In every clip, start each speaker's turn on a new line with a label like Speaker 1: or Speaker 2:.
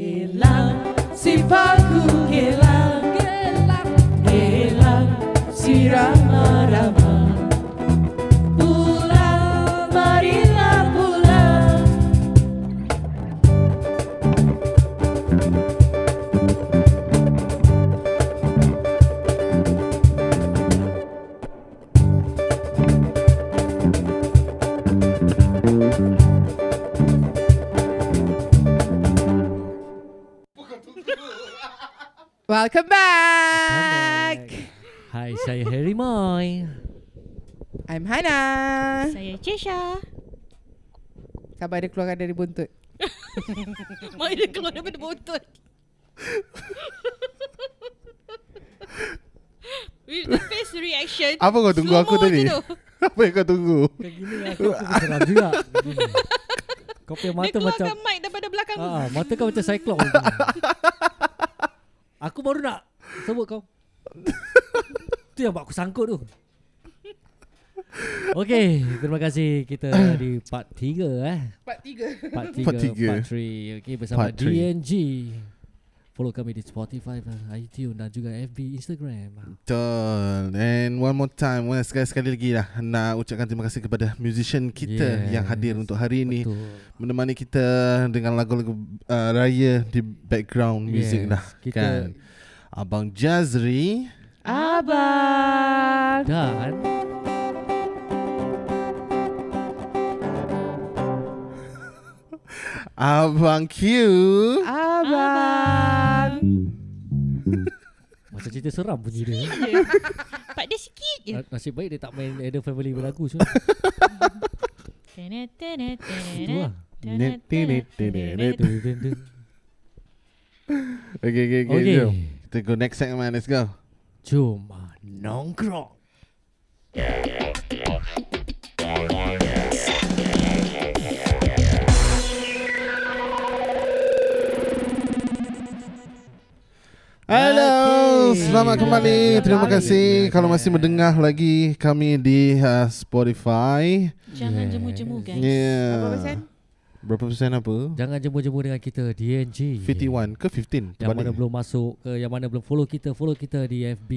Speaker 1: Gelang sifatku gelang gelang gelang si rama rama pulang marilah pulang
Speaker 2: Welcome back.
Speaker 1: Hai saya Harry Moy
Speaker 2: I'm Hana.
Speaker 3: Saya Cisha.
Speaker 2: Khabar dia keluar dari buntut.
Speaker 3: Mak dia keluar daripada botol. With the face reaction.
Speaker 4: Apa kau tunggu aku
Speaker 3: slow-mo
Speaker 4: tadi?
Speaker 3: je tu.
Speaker 4: Apa yang kau tunggu?
Speaker 5: Kayak gini aku aku pun seram juga. Gini. Kau punya
Speaker 3: Dia
Speaker 5: mata macam
Speaker 3: keluarkan mic daripada belakang.
Speaker 5: ah, mata kau macam cyclone. gini. aku baru nak sebut kau. tu yang buat aku sangkut tu. Okay, terima kasih kita di part 3 eh.
Speaker 2: Part 3.
Speaker 5: Part 3,
Speaker 4: Part
Speaker 5: part
Speaker 4: tiga.
Speaker 5: 3. Okay, bersama
Speaker 4: Part three.
Speaker 5: DNG. Follow kami di Spotify, iTunes dan juga FB, Instagram.
Speaker 4: Betul And one more time well, sekali, sekali lagi lah Nak ucapkan terima kasih kepada Musician kita
Speaker 5: Yes.
Speaker 4: Yang hadir untuk hari ini
Speaker 5: Betul.
Speaker 4: Menemani kita Dengan lagu-lagu uh, raya Di background
Speaker 5: Yes,
Speaker 4: music lah
Speaker 5: kita-
Speaker 4: kan Abang Jazri kan?
Speaker 2: Abang.
Speaker 5: Dan
Speaker 4: Abang Q
Speaker 2: Abang.
Speaker 5: macam cerita seram bunyi dia.
Speaker 3: Pak dia sikit je.
Speaker 5: Na- Nasib baik dia tak main Adam Family berlagu so.
Speaker 3: Tana, tana,
Speaker 5: Itu
Speaker 3: tana,
Speaker 5: lah.
Speaker 3: tana, tana, tana.
Speaker 5: Dun, dun, dun.
Speaker 4: Okay, okay, okay,
Speaker 5: Okay.
Speaker 4: jom Kita go next segment, let's go
Speaker 5: Cuma nongkrong.
Speaker 4: Hello,
Speaker 5: Okay.
Speaker 4: selamat kembali. Terima kasih kalau masih mendengar lagi kami di uh, Spotify.
Speaker 3: Jangan jemu-jemu guys.
Speaker 4: Yeah.
Speaker 2: Berapa persen?
Speaker 4: Berapa persen apa?
Speaker 5: Jangan jemu-jemu dengan kita DNG.
Speaker 4: 51 ke
Speaker 5: Yang mana
Speaker 4: 15? Terbalik.
Speaker 5: belum masuk ke yang mana belum follow kita, follow kita di FB,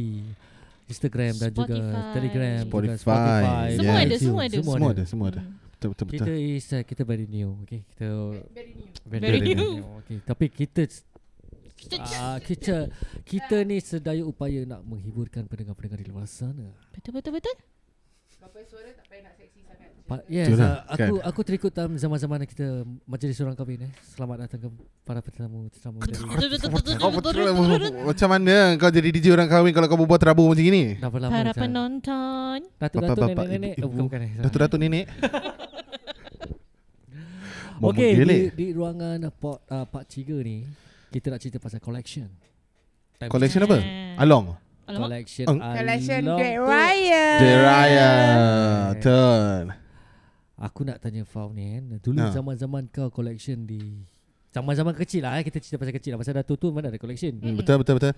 Speaker 5: Instagram dan juga
Speaker 3: Spotify.
Speaker 5: Telegram, juga
Speaker 4: Spotify.
Speaker 5: Spotify.
Speaker 4: Semua
Speaker 5: dan
Speaker 4: ada,
Speaker 5: YouTube.
Speaker 3: semua ada.
Speaker 4: Semua ada, semua ada. Betul, betul, betul.
Speaker 5: Kita is uh, kita very new. Okay, kita very,
Speaker 3: Very new.
Speaker 5: Okay, tapi kita Ah, kita kita ni sedaya upaya nak menghiburkan pendengar-pendengar di luar sana.
Speaker 3: Betul betul betul.
Speaker 5: Pa- yes,
Speaker 4: Itulah,
Speaker 5: uh, aku aku terikut dalam zaman-zaman kita majlis orang kahwin eh. Selamat datang ke para tetamu tetamu dari
Speaker 4: Kau betul lah, Macam mana kau jadi DJ orang kahwin kalau kau berbuat terabur macam gini?
Speaker 5: Lama lama
Speaker 3: Para penonton.
Speaker 5: Datuk-datuk
Speaker 4: Bapak-bapak,
Speaker 5: nenek-nenek oh, bukan
Speaker 4: ibu-ibu,
Speaker 5: bukan eh, salah.
Speaker 4: datuk-datuk nenek. Mau
Speaker 5: Okey, di,
Speaker 4: menggelek.
Speaker 5: di ruangan uh, part, uh, part 3 ni kita nak cerita pasal collection. Time
Speaker 4: Collection apa? Along.
Speaker 3: Alamak.
Speaker 5: Collection.
Speaker 4: Eng.
Speaker 5: along
Speaker 2: Collection
Speaker 5: tu.
Speaker 2: Great Raya.
Speaker 4: Deraya.
Speaker 5: Eh.
Speaker 4: Betul.
Speaker 5: Aku nak tanya Fau ni kan. Dulu
Speaker 4: Ha.
Speaker 5: zaman-zaman kau collection di zaman-zaman kecil lah eh. Kita cerita pasal kecil lah. Pasal Datuk tu mana ada collection.
Speaker 4: Hmm, Betul, betul, betul.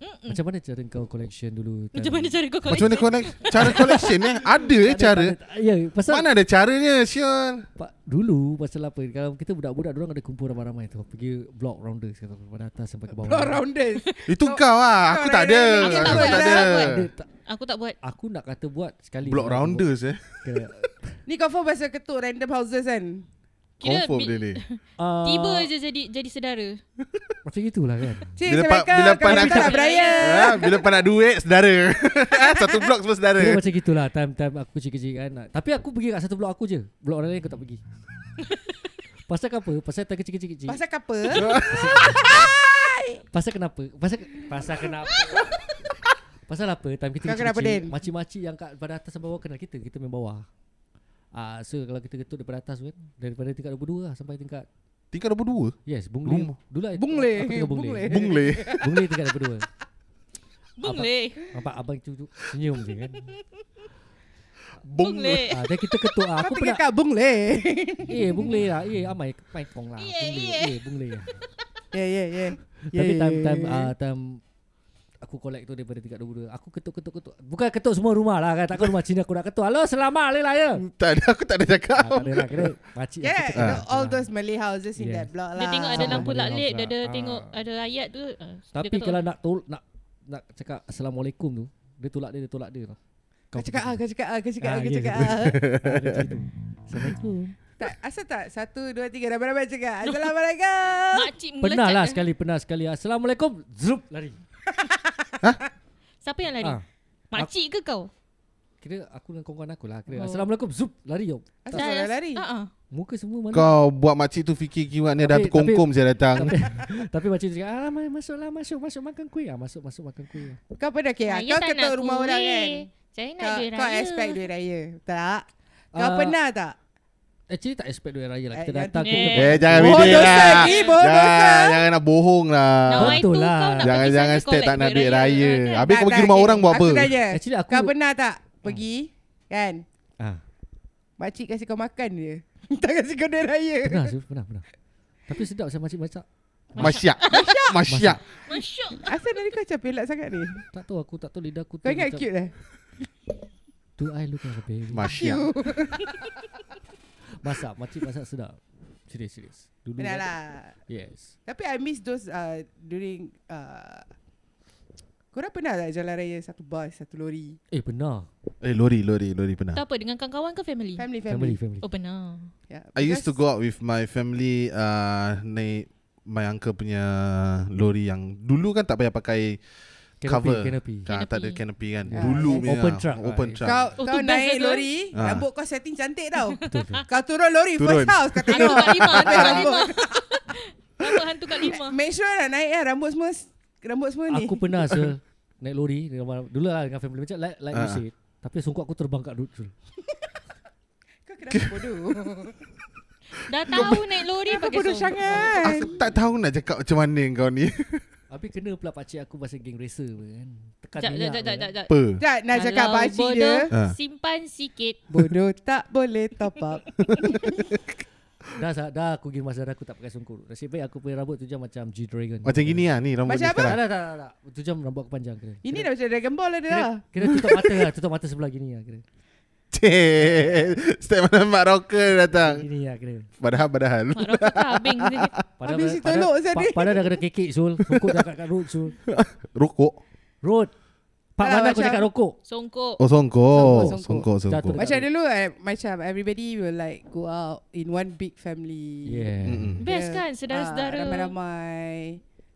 Speaker 5: Macam mana cara kau collection dulu?
Speaker 3: Macam mana cara kau
Speaker 4: Macam mana
Speaker 3: collect?
Speaker 4: connect? Cara collection eh? Ada eh cara?
Speaker 5: Ya, pasal
Speaker 4: Mana ada caranya, Syul?
Speaker 5: Pa, dulu pasal apa Kalau kita budak-budak Diorang ada kumpul ramai-ramai tu Pergi block rounders kata, Daripada atas sampai ke bawah
Speaker 2: Pro rounders.
Speaker 4: Itu kau ah, aku tak ada.
Speaker 3: Aku tak
Speaker 4: Aku
Speaker 3: buat, aku
Speaker 4: tak ada.
Speaker 3: tak buat.
Speaker 5: Dia tak-
Speaker 3: Aku tak buat.
Speaker 5: Aku nak kata buat Sekali
Speaker 4: Block
Speaker 5: Aku
Speaker 4: rounders eh.
Speaker 5: buat. Kira,
Speaker 2: Ni confirm pasal ketuk random houses kan?
Speaker 3: Kira
Speaker 4: Confirm
Speaker 3: bi-
Speaker 4: dia ni.
Speaker 5: ah,
Speaker 3: Tiba je jadi jadi sedara.
Speaker 5: Macam itulah kan
Speaker 2: Cik,
Speaker 4: Bila
Speaker 2: bila
Speaker 4: pa-
Speaker 2: Michael,
Speaker 4: bila
Speaker 2: bila kalau
Speaker 4: panas-
Speaker 2: kita nak beraya.
Speaker 4: Ah, bila pun nak duit, saudara. Ah, Satu blok semua saudara.
Speaker 5: Kira macam gitulah Time-time aku kecil-kecil kan Tapi aku pergi kat satu blok aku je Blok orang lain aku tak pergi Pasal apa? Pasal time kecil-kecil kecil.
Speaker 2: Pasal apa?
Speaker 5: Pasal kenapa? Pasal pasal kenapa? pasal apa? Time kita
Speaker 2: Kau kenapa,
Speaker 5: kecil-kecil
Speaker 2: Din?
Speaker 5: Makcik-makcik yang kat pada atas sampai bawah kenal kita Kita main bawah Ah, so kalau kita ketuk daripada atas kan Daripada tingkat 22 lah Sampai tingkat
Speaker 4: Tingkat 22.
Speaker 5: Yes, bungle.
Speaker 4: Rumah.
Speaker 5: Dulu lah-
Speaker 2: Bungle.
Speaker 5: Aku tengok bungle.
Speaker 2: Bungle.
Speaker 4: Bungle.
Speaker 5: Bungle tingkat ada berdua.
Speaker 3: Bung leh.
Speaker 5: Nampak abang tu tu senyum je kan.
Speaker 3: Bung leh.
Speaker 5: Ah, dan kita ketuk ah,
Speaker 2: Kau
Speaker 5: aku
Speaker 2: pergi
Speaker 5: pernah.
Speaker 2: kat Bung Le.
Speaker 5: Eh, bungle lah. Eh, amai main kong lah.
Speaker 3: Yeah,
Speaker 5: Bungle.
Speaker 3: yeah.
Speaker 5: Eh, bungle lah.
Speaker 2: Ya, ya, ya.
Speaker 5: Tapi ah, time time ah time Aku collect tu daripada tingkat 22 Aku ketuk-ketuk-ketuk Bukan ketuk semua rumah lah kan Takkan rumah Cina aku nak ketuk Halo selamat lelak ya
Speaker 4: Tak ada, aku tak ada
Speaker 5: ah,
Speaker 4: cakap.
Speaker 5: Tak ada lah kira Pakcik yang
Speaker 2: Yeah,
Speaker 5: ketuk.
Speaker 2: you know, all
Speaker 5: Ah.
Speaker 2: those Malay houses in
Speaker 5: Yes.
Speaker 2: that block lah.
Speaker 3: Dia tengok ada
Speaker 5: Sama
Speaker 3: lampu
Speaker 5: dengan
Speaker 3: laklit, dia
Speaker 5: Rafla.
Speaker 3: ada
Speaker 5: Ah.
Speaker 3: tengok ada ayat tu. ah,
Speaker 5: Tapi
Speaker 3: dia patut-
Speaker 5: kalau nak tol nak nak cakap Assalamualaikum tu Dia tolak dia, dia tolak dia tau
Speaker 2: Kau cakap ah,
Speaker 5: pergi.
Speaker 2: kau cakap ah, kau cakap ah,
Speaker 5: Ah,
Speaker 2: kau
Speaker 5: yes.
Speaker 2: cakap ah.
Speaker 5: Assalamualaikum
Speaker 2: Tak, asal tak? Satu, dua, tiga, ramai-ramai cakap. lah Assalamualaikum.
Speaker 3: makcik melekat.
Speaker 5: Pernah lah
Speaker 2: kan?
Speaker 3: eh.
Speaker 5: sekali Pernah sekali Assalamualaikum Zup lari
Speaker 3: Siapa yang lari?
Speaker 5: ah,
Speaker 3: Makcik ke kau?
Speaker 5: Kira aku dengan kawan-kawan aku lah kira,
Speaker 3: Oh.
Speaker 5: Assalamualaikum Zup lari yo.
Speaker 2: Asal orang lari.
Speaker 3: Ah, ah.
Speaker 5: Muka semua mana
Speaker 4: Kau buat makcik tu fikir kiwat ni dah
Speaker 5: Tapi-
Speaker 4: terkongkom saya datang.
Speaker 5: tapi, tapi makcik tu cakap ah, ma- Masuklah masuk masuk makan kuih ah, Masuk masuk makan kuih
Speaker 2: Kau pernah kira? Kau
Speaker 3: Saya Ah, ya tak
Speaker 2: ketuk
Speaker 3: nak
Speaker 2: rumah
Speaker 3: kuih.
Speaker 2: orang kan?
Speaker 3: Saya nak
Speaker 2: Kau,
Speaker 3: duit
Speaker 2: kau
Speaker 3: raya.
Speaker 2: expect duit raya. Tak? Kau
Speaker 5: Ah,
Speaker 2: pernah tak?
Speaker 5: Actually tak expect duit raya lah Kita
Speaker 2: Eh, yang
Speaker 5: datang
Speaker 3: tu-
Speaker 5: ke
Speaker 4: Eh jangan
Speaker 2: Oh,
Speaker 4: bedek
Speaker 2: dosa
Speaker 4: lah.
Speaker 2: lagi, bodoh,
Speaker 4: Jangan,
Speaker 2: dosa.
Speaker 4: jangan nak bohong
Speaker 3: Nak
Speaker 4: lah.
Speaker 5: Betul
Speaker 3: Y tu
Speaker 5: lah.
Speaker 3: kau nak
Speaker 4: Jangan
Speaker 3: pergi sana
Speaker 4: jangan stay
Speaker 3: collect
Speaker 4: tak nak duit
Speaker 3: kan?
Speaker 4: raya. Habis
Speaker 2: Tak,
Speaker 4: kau pergi
Speaker 2: tak,
Speaker 4: rumah
Speaker 2: okay.
Speaker 4: orang buat
Speaker 2: Aku
Speaker 4: apa? Ah.
Speaker 2: tanya.
Speaker 5: Actually aku
Speaker 2: Kau pernah tak pergi kan?
Speaker 5: ah,
Speaker 2: Makcik kasih kau makan je. tak kasih kau duit raya.
Speaker 5: Pernah Zul Pernah pernah Tapi sedap saya makcik masak
Speaker 4: Masyak. Masyak.
Speaker 3: Masyuk.
Speaker 2: Asal dari kau macam pelak sangat ni?
Speaker 5: Tak tahu aku tak tahu lidah aku tu
Speaker 2: Kau
Speaker 5: macam-
Speaker 2: ingat cute lah.
Speaker 5: Do I look like a baby?
Speaker 4: Masyak.
Speaker 5: Masak, makcik masak sedap. Serius, serius. Dulu
Speaker 2: Pernah
Speaker 5: kan-
Speaker 2: lah.
Speaker 5: Yes.
Speaker 2: Tapi I miss those uh, during... Uh, korang pernah tak jalan raya satu bus, satu lori?
Speaker 5: Eh, benar.
Speaker 4: Eh lori, lori, lori pernah.
Speaker 3: Tak apa dengan kawan-kawan ke family?
Speaker 2: Family,
Speaker 5: Family, family.
Speaker 2: family.
Speaker 3: Oh benar.
Speaker 2: Yeah,
Speaker 4: I used to
Speaker 2: because-
Speaker 4: go out with my family uh, naik my uncle punya lori yang dulu kan tak payah pakai
Speaker 5: Canopy,
Speaker 4: cover.
Speaker 5: canopy.
Speaker 4: Ah, tak ada
Speaker 3: Canopy.
Speaker 4: canopy kan.
Speaker 5: Yeah.
Speaker 4: Dulu
Speaker 5: Open
Speaker 4: punya.
Speaker 5: truck.
Speaker 4: Open
Speaker 5: Ah,
Speaker 4: truck.
Speaker 2: Kau,
Speaker 3: Oh,
Speaker 2: kau
Speaker 3: tu best,
Speaker 2: naik
Speaker 3: Azul.
Speaker 2: lori,
Speaker 4: Ah.
Speaker 2: rambut kau setting cantik tau.
Speaker 5: Betul, betul.
Speaker 2: Kau turun lori
Speaker 4: Turun.
Speaker 2: first house kau
Speaker 3: Hantu
Speaker 2: tengok.
Speaker 3: kat lima, hantu kat
Speaker 2: Rambut-
Speaker 3: lima. Rambut hantu kat lima.
Speaker 2: Make sure nak naik ya rambut semua rambut semua ni.
Speaker 5: Aku pernah, sir. Naik lori. dengan orang- Dulu lah dengan family. Macam like, like you
Speaker 4: Ah.
Speaker 5: said. Tapi sungguh aku terbang kat road, Zul.
Speaker 2: Kau kenapa bodoh?
Speaker 3: Dah tahu naik lori
Speaker 2: Kenapa
Speaker 3: pakai
Speaker 2: bodoh
Speaker 3: songkok.
Speaker 2: sangat?
Speaker 4: Aku tak tahu nak cakap macam mana kau ni.
Speaker 5: Habis kena pula pakcik aku pasal geng racer pun kan. Tekan
Speaker 3: Jap, jap,
Speaker 5: minyak.
Speaker 3: jap,
Speaker 5: pun
Speaker 3: jap, jap,
Speaker 5: kan.
Speaker 3: jap.
Speaker 4: Apa?
Speaker 2: Tak nak cakap
Speaker 3: Kalau
Speaker 2: pakcik
Speaker 3: bodoh,
Speaker 2: dia.
Speaker 4: Ah.
Speaker 3: Simpan sikit.
Speaker 2: Bodoh tak boleh top up.
Speaker 5: Dah, dah, dah aku pergi masa aku tak pakai sungkur. Nasib baik aku punya rambut tu jam macam G-Dragon.
Speaker 4: Macam gini lah ni rambut
Speaker 2: Macam
Speaker 4: dia
Speaker 2: apa?
Speaker 5: Tak,
Speaker 4: sekarang.
Speaker 5: tak, tak, tak, tak. Tu jam rambut aku panjang. Kira.
Speaker 2: Ini dah macam Dragon Ball ada
Speaker 5: kira,
Speaker 2: lah.
Speaker 5: kira tutup mata lah. Tutup mata sebelah gini lah. Kira.
Speaker 4: Cik. Setiap mana Mak Rocker datang.
Speaker 5: Gini lah kira.
Speaker 4: Padahal, padahal.
Speaker 3: Mak Rafiq tak abing.
Speaker 5: Padahal,
Speaker 2: Habis si tolok saya ni.
Speaker 5: pa- Padahal dah kena kekek Zul Rokok dah kat, kat road Zul
Speaker 4: Rokok.
Speaker 5: Road Pak
Speaker 2: Tak,
Speaker 5: mana aku
Speaker 2: macam-
Speaker 5: cakap rokok
Speaker 3: Songkok.
Speaker 4: Oh, songkok.
Speaker 2: Songkok,
Speaker 4: Songkok, songkok.
Speaker 5: Jatuh.
Speaker 2: Macam dulu eh, macam everybody will like go out in one big family.
Speaker 4: Eh.
Speaker 5: Yeah
Speaker 4: Mm-mm.
Speaker 3: Best
Speaker 2: Yeah.
Speaker 3: kan
Speaker 2: Ah,
Speaker 3: saudara-saudara.
Speaker 2: ramai-ramai.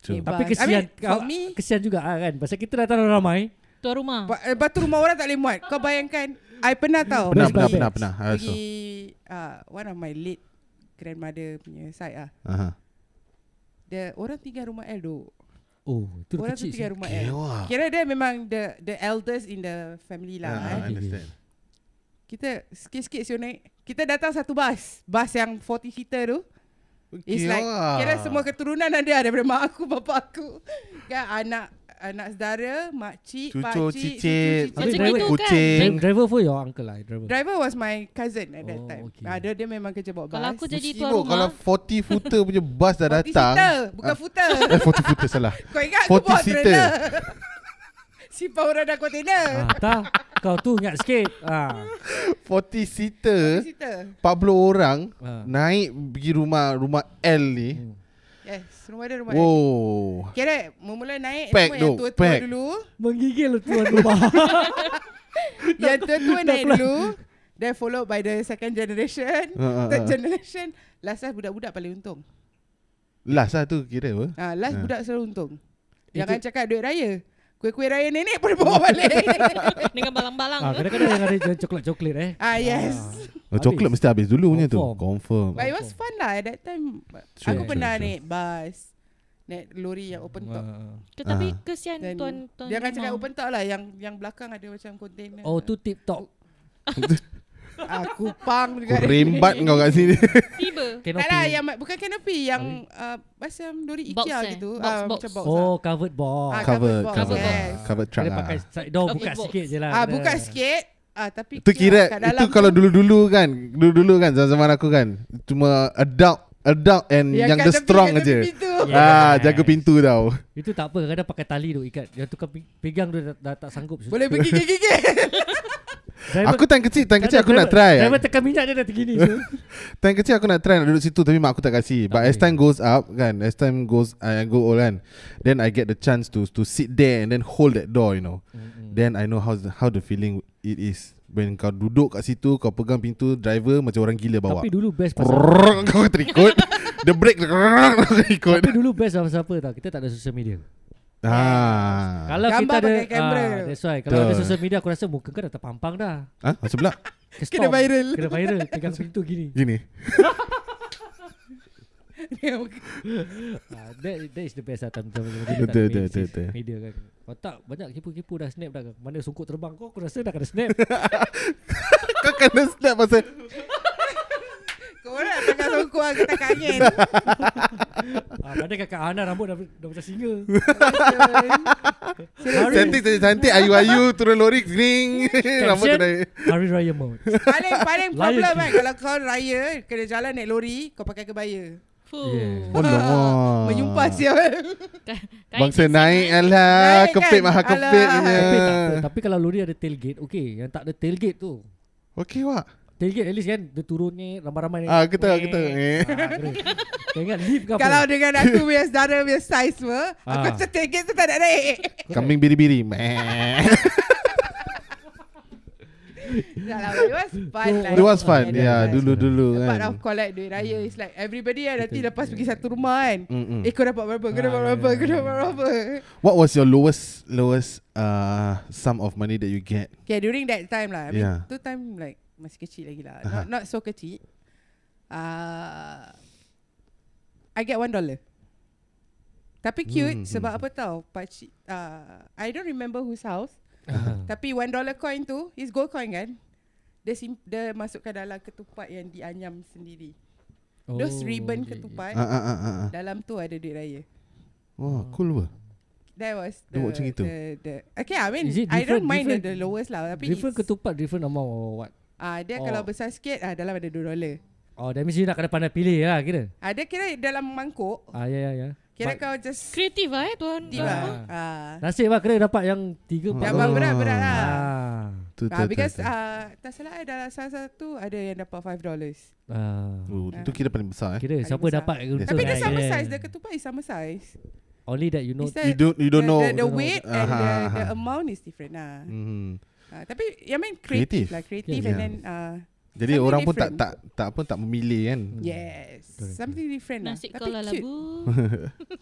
Speaker 4: True.
Speaker 2: Neighbours.
Speaker 5: Tapi
Speaker 2: I mean,
Speaker 5: kesian
Speaker 2: for
Speaker 5: kau,
Speaker 2: me,
Speaker 5: Kesian juga lah kan Pasal kita datang orang ramai
Speaker 3: Tuan rumah.
Speaker 2: ba- eh, batu rumah orang tak boleh muat. Kau bayangkan, I pernah tau.
Speaker 4: Pernah,
Speaker 5: Best,
Speaker 4: pernah,
Speaker 5: best.
Speaker 4: pernah, pernah. Ah, so.
Speaker 2: pergi uh, one of my late grandmother punya side ah.
Speaker 4: Aha.
Speaker 2: Dia orang tinggal rumah L tu.
Speaker 5: Oh Itu
Speaker 2: Orang tu
Speaker 5: kecil
Speaker 2: tinggal rumah L.
Speaker 4: Kewa.
Speaker 2: Kira dia memang the the eldest in the family lah.
Speaker 4: Ah,
Speaker 2: eh.
Speaker 4: I understand.
Speaker 2: Kita sikit-sikit siu naik. Kita datang satu bus. Bus yang 40 seater tu. It's like
Speaker 4: Kewa.
Speaker 2: kira semua keturunan ada lah daripada mak aku, bapak aku. Kan anak anak saudara, mak cik, pak
Speaker 4: Cucu,
Speaker 2: cik,
Speaker 4: cicit.
Speaker 3: Macam
Speaker 5: Habis
Speaker 3: itu
Speaker 5: driver-
Speaker 3: kan.
Speaker 4: Kucing.
Speaker 5: Driver- Driver for your uncle lah Driver
Speaker 2: Driver was my cousin at that
Speaker 5: Oh,
Speaker 2: time.
Speaker 5: okay.
Speaker 2: Ah, dia, dia memang kerja bawa bus.
Speaker 3: Kalau aku jadi tuan
Speaker 4: Musibah Kalau
Speaker 3: rumah.
Speaker 4: 40 footer punya bus dah
Speaker 2: 40
Speaker 4: datang.
Speaker 2: seater, bukan
Speaker 4: Ah,
Speaker 2: footer.
Speaker 4: Eh, 40 footer salah.
Speaker 2: Kau ingat
Speaker 4: 40
Speaker 2: aku bawa
Speaker 4: seater.
Speaker 2: trailer Simpan orang dah kontainer
Speaker 5: ah, Tak Kau tu ingat sikit ah.
Speaker 4: 40 seater,
Speaker 2: 40 seater
Speaker 4: 40 orang
Speaker 5: Ah.
Speaker 4: naik pergi rumah rumah L ni.
Speaker 2: Hmm. Yes Rumah dia rumah dia.
Speaker 4: Wow.
Speaker 2: Kira mula naik
Speaker 4: Pack
Speaker 2: semua yang
Speaker 4: tu,
Speaker 2: tua-tua
Speaker 4: pack.
Speaker 2: dulu
Speaker 5: Menggigil lu tuan rumah
Speaker 2: Yang tua-tua naik dulu Then followed by the second generation
Speaker 4: Ah, ah,
Speaker 2: Third
Speaker 4: ah.
Speaker 2: generation Last last budak-budak paling untung
Speaker 4: Last lah tu kira apa?
Speaker 2: ha, Last
Speaker 4: Ah.
Speaker 2: budak selalu untung
Speaker 5: Itu-
Speaker 2: Jangan cakap duit raya Kuih-kuih raya nenek pun dia bawa balik
Speaker 3: Dengan balang-balang.
Speaker 5: ah,
Speaker 3: ke?
Speaker 5: Kadang-kadang yang ada coklat-coklat eh
Speaker 2: Ah yes
Speaker 4: Oh, coklat mesti habis dulu punya tu. Confirm.
Speaker 2: But it was fun lah at that time
Speaker 4: Sure,
Speaker 2: Aku
Speaker 4: sure,
Speaker 2: pernah
Speaker 4: sure.
Speaker 2: naik bus Naik lori yang open top
Speaker 5: Ah.
Speaker 3: Tetapi
Speaker 4: Ah.
Speaker 3: kesian
Speaker 2: Dan
Speaker 3: tuan tuan
Speaker 2: Jangan cakap
Speaker 3: rumah.
Speaker 2: open top lah Yang yang belakang ada macam container
Speaker 5: Oh tu tip top
Speaker 2: Aku pang
Speaker 4: Kau
Speaker 2: juga
Speaker 4: rembat kau kat sini.
Speaker 3: Tiba.
Speaker 2: Tak lah
Speaker 5: Canopy
Speaker 2: yang Bukan canopy Yang uh, Macam lori
Speaker 3: Box
Speaker 2: Ikea
Speaker 3: eh?
Speaker 2: gitu
Speaker 3: Box,
Speaker 2: Ah,
Speaker 3: box.
Speaker 2: Macam box
Speaker 5: Oh covered box
Speaker 2: Ah,
Speaker 4: cover,
Speaker 2: covered box,
Speaker 4: cover,
Speaker 2: yes.
Speaker 4: cover truck
Speaker 5: Kena
Speaker 4: lah.
Speaker 5: pakai side door
Speaker 3: Covered
Speaker 5: Buka
Speaker 3: box.
Speaker 5: sikit je lah
Speaker 2: ah. ah,
Speaker 5: kena.
Speaker 2: Buka sikit ah, Tapi
Speaker 4: Tu
Speaker 2: kira
Speaker 4: kira
Speaker 2: kat
Speaker 4: itu
Speaker 2: dalam
Speaker 4: kalau
Speaker 2: tu-
Speaker 4: dulu-dulu kan, dulu-dulu kan zaman-zaman aku kan, cuma adult adult and yang, yang
Speaker 2: kat
Speaker 4: the
Speaker 2: tepi-
Speaker 4: strong
Speaker 2: kat tepi
Speaker 4: aja.
Speaker 2: pintu.
Speaker 4: Ah, jaga pintu tau.
Speaker 5: Itu tak apa kadang pakai tali tu ikat. Yang tu kau pe- pegang tu dah, dah tak sanggup.
Speaker 2: Boleh pergi gigit-gigit.
Speaker 5: Driver-
Speaker 4: aku time kecil, time kecil
Speaker 5: kadang
Speaker 4: aku nak
Speaker 5: driver-
Speaker 4: try.
Speaker 5: Driver tekan minyak dia dah tergini. so.
Speaker 4: Time kecil aku nak try nak duduk situ tapi mak aku tak kasi.
Speaker 5: Tak
Speaker 4: But as
Speaker 5: boleh.
Speaker 4: time goes up kan, as time goes I go old kan, then I get the chance to to sit there and then hold that door, you know. Then I know how how the feeling it is when kau duduk kat situ, kau pegang pintu driver macam orang gila bawa.
Speaker 5: Tapi dulu best pasal
Speaker 4: Krrrr, kau terikut. the brake krrrr, kau terikut. Ha.
Speaker 5: Tapi dulu best pasal apa tau Kita tak ada social media
Speaker 4: Ah.
Speaker 5: Kalau
Speaker 2: Gambar
Speaker 5: kita ada
Speaker 2: pakai kamera.
Speaker 5: ah, That's why Kalau ada
Speaker 4: Betul.
Speaker 5: social media Aku rasa muka kau dah terpampang dah
Speaker 4: Ha, macam pula
Speaker 5: Ke
Speaker 2: Kena
Speaker 5: storm.
Speaker 2: viral.
Speaker 5: Kena viral Pegang pintu gini
Speaker 4: gini.
Speaker 5: ah, that, that is the best lah time time- time- time-
Speaker 4: Betul,
Speaker 5: time-
Speaker 4: betul, betul,
Speaker 5: time-
Speaker 4: betul.
Speaker 5: Media kan Kalau tak banyak kipu-kipu dah snap dah Mana sungkut terbang kau Aku rasa dah kena snap
Speaker 4: Kau kena snap pasal
Speaker 2: Kau orang tengah sokong aku tak angin.
Speaker 5: ah, Mana kakak Ana rambut dah, dah macam singa
Speaker 4: cantik cantik, cantik ayu-ayu turun lori gring. Rambut tu dah.
Speaker 5: Hari Raya mode
Speaker 2: Paling paling
Speaker 5: Lion
Speaker 2: problem
Speaker 5: King.
Speaker 2: kan kalau kau raya kena jalan naik lori kau pakai kebaya.
Speaker 3: Fuh.
Speaker 4: Oh, lama.
Speaker 2: Menyumpah siapa.
Speaker 3: Kain
Speaker 4: Bangsa
Speaker 3: cincin,
Speaker 4: naik
Speaker 3: eh.
Speaker 4: Alah
Speaker 2: Naik
Speaker 4: Kepit
Speaker 2: kan?
Speaker 4: maha kepit
Speaker 2: Alah.
Speaker 4: punya
Speaker 5: Tapi tak apa Tapi kalau lori ada tailgate Okay Yang tak ada tailgate tu
Speaker 4: Okey wak
Speaker 5: Tailgate at least kan Dia turun ni Ramai-ramai ni
Speaker 4: Ah, kita tahu, kita tahu. Eh.
Speaker 5: Ah, kena. Kau ingat lift ke apa
Speaker 2: Kalau dengan aku punya saudara punya size semua, aku
Speaker 5: Ah.
Speaker 2: rasa tiket tu tak nak naik.
Speaker 4: Kambing biri-biri Meh.
Speaker 2: Dah lah, it was fun lah.
Speaker 4: It was fun Ya yeah,
Speaker 2: It was
Speaker 4: dulu-dulu
Speaker 2: Part of
Speaker 4: kan
Speaker 2: collect duit raya is like everybody lah nanti lepas pergi satu rumah kan.
Speaker 4: Mm-mm.
Speaker 2: Eh kau dapat berapa? Kau
Speaker 5: Ah, ya, ya,
Speaker 2: dapat berapa? Kau
Speaker 5: ya,
Speaker 2: dapat
Speaker 5: ya.
Speaker 2: berapa?
Speaker 4: What was your lowest Lowest uh, Sum of money that you get
Speaker 2: Okay during that time lah. I mean
Speaker 4: Yeah.
Speaker 2: tu time like masih kecil lagi lah.
Speaker 4: Aha.
Speaker 2: Not, not so kecil. Uh, I get one dollar. Tapi cute
Speaker 4: Hmm,
Speaker 2: sebab
Speaker 4: hmm,
Speaker 2: apa tau pakcik uh, I don't remember whose house
Speaker 5: Ah.
Speaker 2: Tapi one dollar coin tu is gold coin kan? Dia sim- dia masukkan dalam ketupat yang dianyam sendiri. Oh, Those ribbon
Speaker 5: okay,
Speaker 2: ketupat
Speaker 4: Ah ah ah ah, ah.
Speaker 2: dalam tu ada duit raya.
Speaker 4: Wah
Speaker 2: Hmm.
Speaker 4: cool wah
Speaker 2: That was the,
Speaker 4: Dia buat macam itu?
Speaker 2: the, the Okay I mean
Speaker 5: Is it
Speaker 2: I don't
Speaker 5: different-
Speaker 2: mind the, the
Speaker 5: different-
Speaker 2: lowest lah Tapi
Speaker 5: Different
Speaker 2: it's-
Speaker 5: ketupat Different amount or what
Speaker 2: ah, Dia
Speaker 5: Oh.
Speaker 2: kalau besar sikit ah, Dalam ada 2 dollar
Speaker 5: Oh that means you nak kena pandai pilih lah kira
Speaker 2: ah, Dia kira dalam mangkuk
Speaker 5: Ah ya ya ya
Speaker 2: Kira
Speaker 5: But-
Speaker 2: kau just
Speaker 3: Kreatif lah eh tuan.
Speaker 2: Tip lah ah.
Speaker 5: Nasib lah kira dapat yang tiga
Speaker 4: Ah.
Speaker 5: empat
Speaker 2: Yang
Speaker 5: dollar.
Speaker 2: berat-berat lah
Speaker 5: Ah.
Speaker 4: Tu tu
Speaker 2: ah,
Speaker 4: tu,
Speaker 2: Because
Speaker 4: tu
Speaker 2: ah, tak salah I dalam salah satu Ada yang dapat 5 dollars
Speaker 5: Ah.
Speaker 4: Oh, Itu kira paling besar eh
Speaker 5: Kira siapa
Speaker 2: Ada besar.
Speaker 5: dapat untung
Speaker 2: Tapi dia
Speaker 5: lah,
Speaker 2: sama
Speaker 5: kira.
Speaker 2: size Dia ketupat is sama size
Speaker 5: Only that you know
Speaker 2: Is that-
Speaker 4: You don't you
Speaker 2: the,
Speaker 4: don't know Uh-huh,
Speaker 2: The, the weight and the,
Speaker 4: Aha,
Speaker 2: the
Speaker 4: aha.
Speaker 2: amount is different lah
Speaker 4: Mhm.
Speaker 2: Ah, tapi I mean creative,
Speaker 4: Creative.
Speaker 2: lah creative
Speaker 4: Yeah. Hmm.
Speaker 2: and then uh,
Speaker 4: Jadi
Speaker 2: Something
Speaker 4: orang pun tak
Speaker 2: different.
Speaker 4: tak tak pun tak memilih kan
Speaker 2: yes
Speaker 5: Correct.
Speaker 2: something different lah
Speaker 3: Nasib
Speaker 2: tapi
Speaker 3: kau lah
Speaker 2: cute
Speaker 3: labu.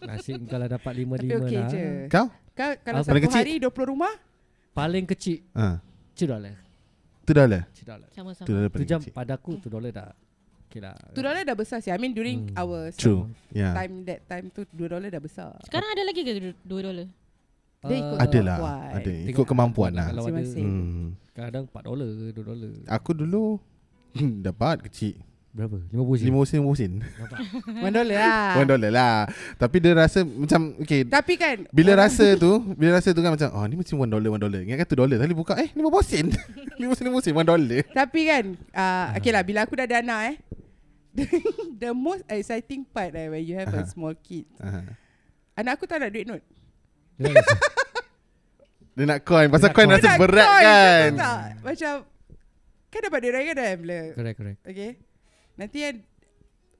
Speaker 5: Nasib kau lah dapat
Speaker 2: tapi
Speaker 5: lima-lima
Speaker 2: okay
Speaker 5: lah
Speaker 2: je
Speaker 4: Kau?
Speaker 2: kau kalau
Speaker 5: Ah,
Speaker 2: satu
Speaker 4: paling kecil.
Speaker 2: hari 20 rumah
Speaker 4: Hmm.
Speaker 5: Paling kecil
Speaker 4: Ah,
Speaker 5: Two dollar
Speaker 4: tu dah lah.
Speaker 5: Two dollar
Speaker 4: Tu
Speaker 3: Sama-sama.
Speaker 4: dah lah
Speaker 5: Tu
Speaker 4: paling
Speaker 5: jam
Speaker 4: kecil.
Speaker 5: pada aku Two dollar dah Okay lah
Speaker 2: tu dollar dah besar sih I mean during
Speaker 5: Hmm.
Speaker 2: our
Speaker 4: True. Yeah.
Speaker 2: time that time tu 2 dollar dah besar
Speaker 3: Sekarang ada lagi ke du- dua dolar?
Speaker 2: Dia ikut
Speaker 5: Ah,
Speaker 4: Ada
Speaker 2: Adalah.
Speaker 4: lah
Speaker 2: Kuat.
Speaker 4: Ada Ikut
Speaker 5: tengok
Speaker 4: kemampuan
Speaker 5: kadang
Speaker 4: lah
Speaker 5: Kalau ada
Speaker 2: Masing-masing.
Speaker 4: hmm.
Speaker 5: Kadang empat dollar ke Dua dollar
Speaker 4: Aku dulu hmm, Dapat kecil
Speaker 5: Berapa? Lima puluh sen
Speaker 4: Lima sen Lima sen
Speaker 2: 1 dollar lah
Speaker 4: One dollar lah Tapi dia rasa Macam Okay
Speaker 2: tapi kan
Speaker 4: Bila
Speaker 2: orang-
Speaker 4: rasa tu Bila rasa tu kan macam Oh ni mesti one dollar One dollar Ingatkan tu dollar Tadi buka Eh lima puluh sen Lima sen lima sen One dollar
Speaker 2: tapi kan
Speaker 4: Uh-huh.
Speaker 2: uh, okay lah bila aku dah ada anak eh the most exciting part eh, when you have a
Speaker 4: Aha.
Speaker 2: small kid
Speaker 4: Aha.
Speaker 2: anak aku tak nak duit note
Speaker 4: Dia nak coin
Speaker 5: nak
Speaker 4: Pasal coin
Speaker 5: coin.
Speaker 4: rasa
Speaker 2: Nak
Speaker 4: berat
Speaker 2: coin,
Speaker 4: kan
Speaker 2: betul tak? Macam Kan dapat duit raya dah bila
Speaker 5: Correct correct
Speaker 2: Okay Nanti kan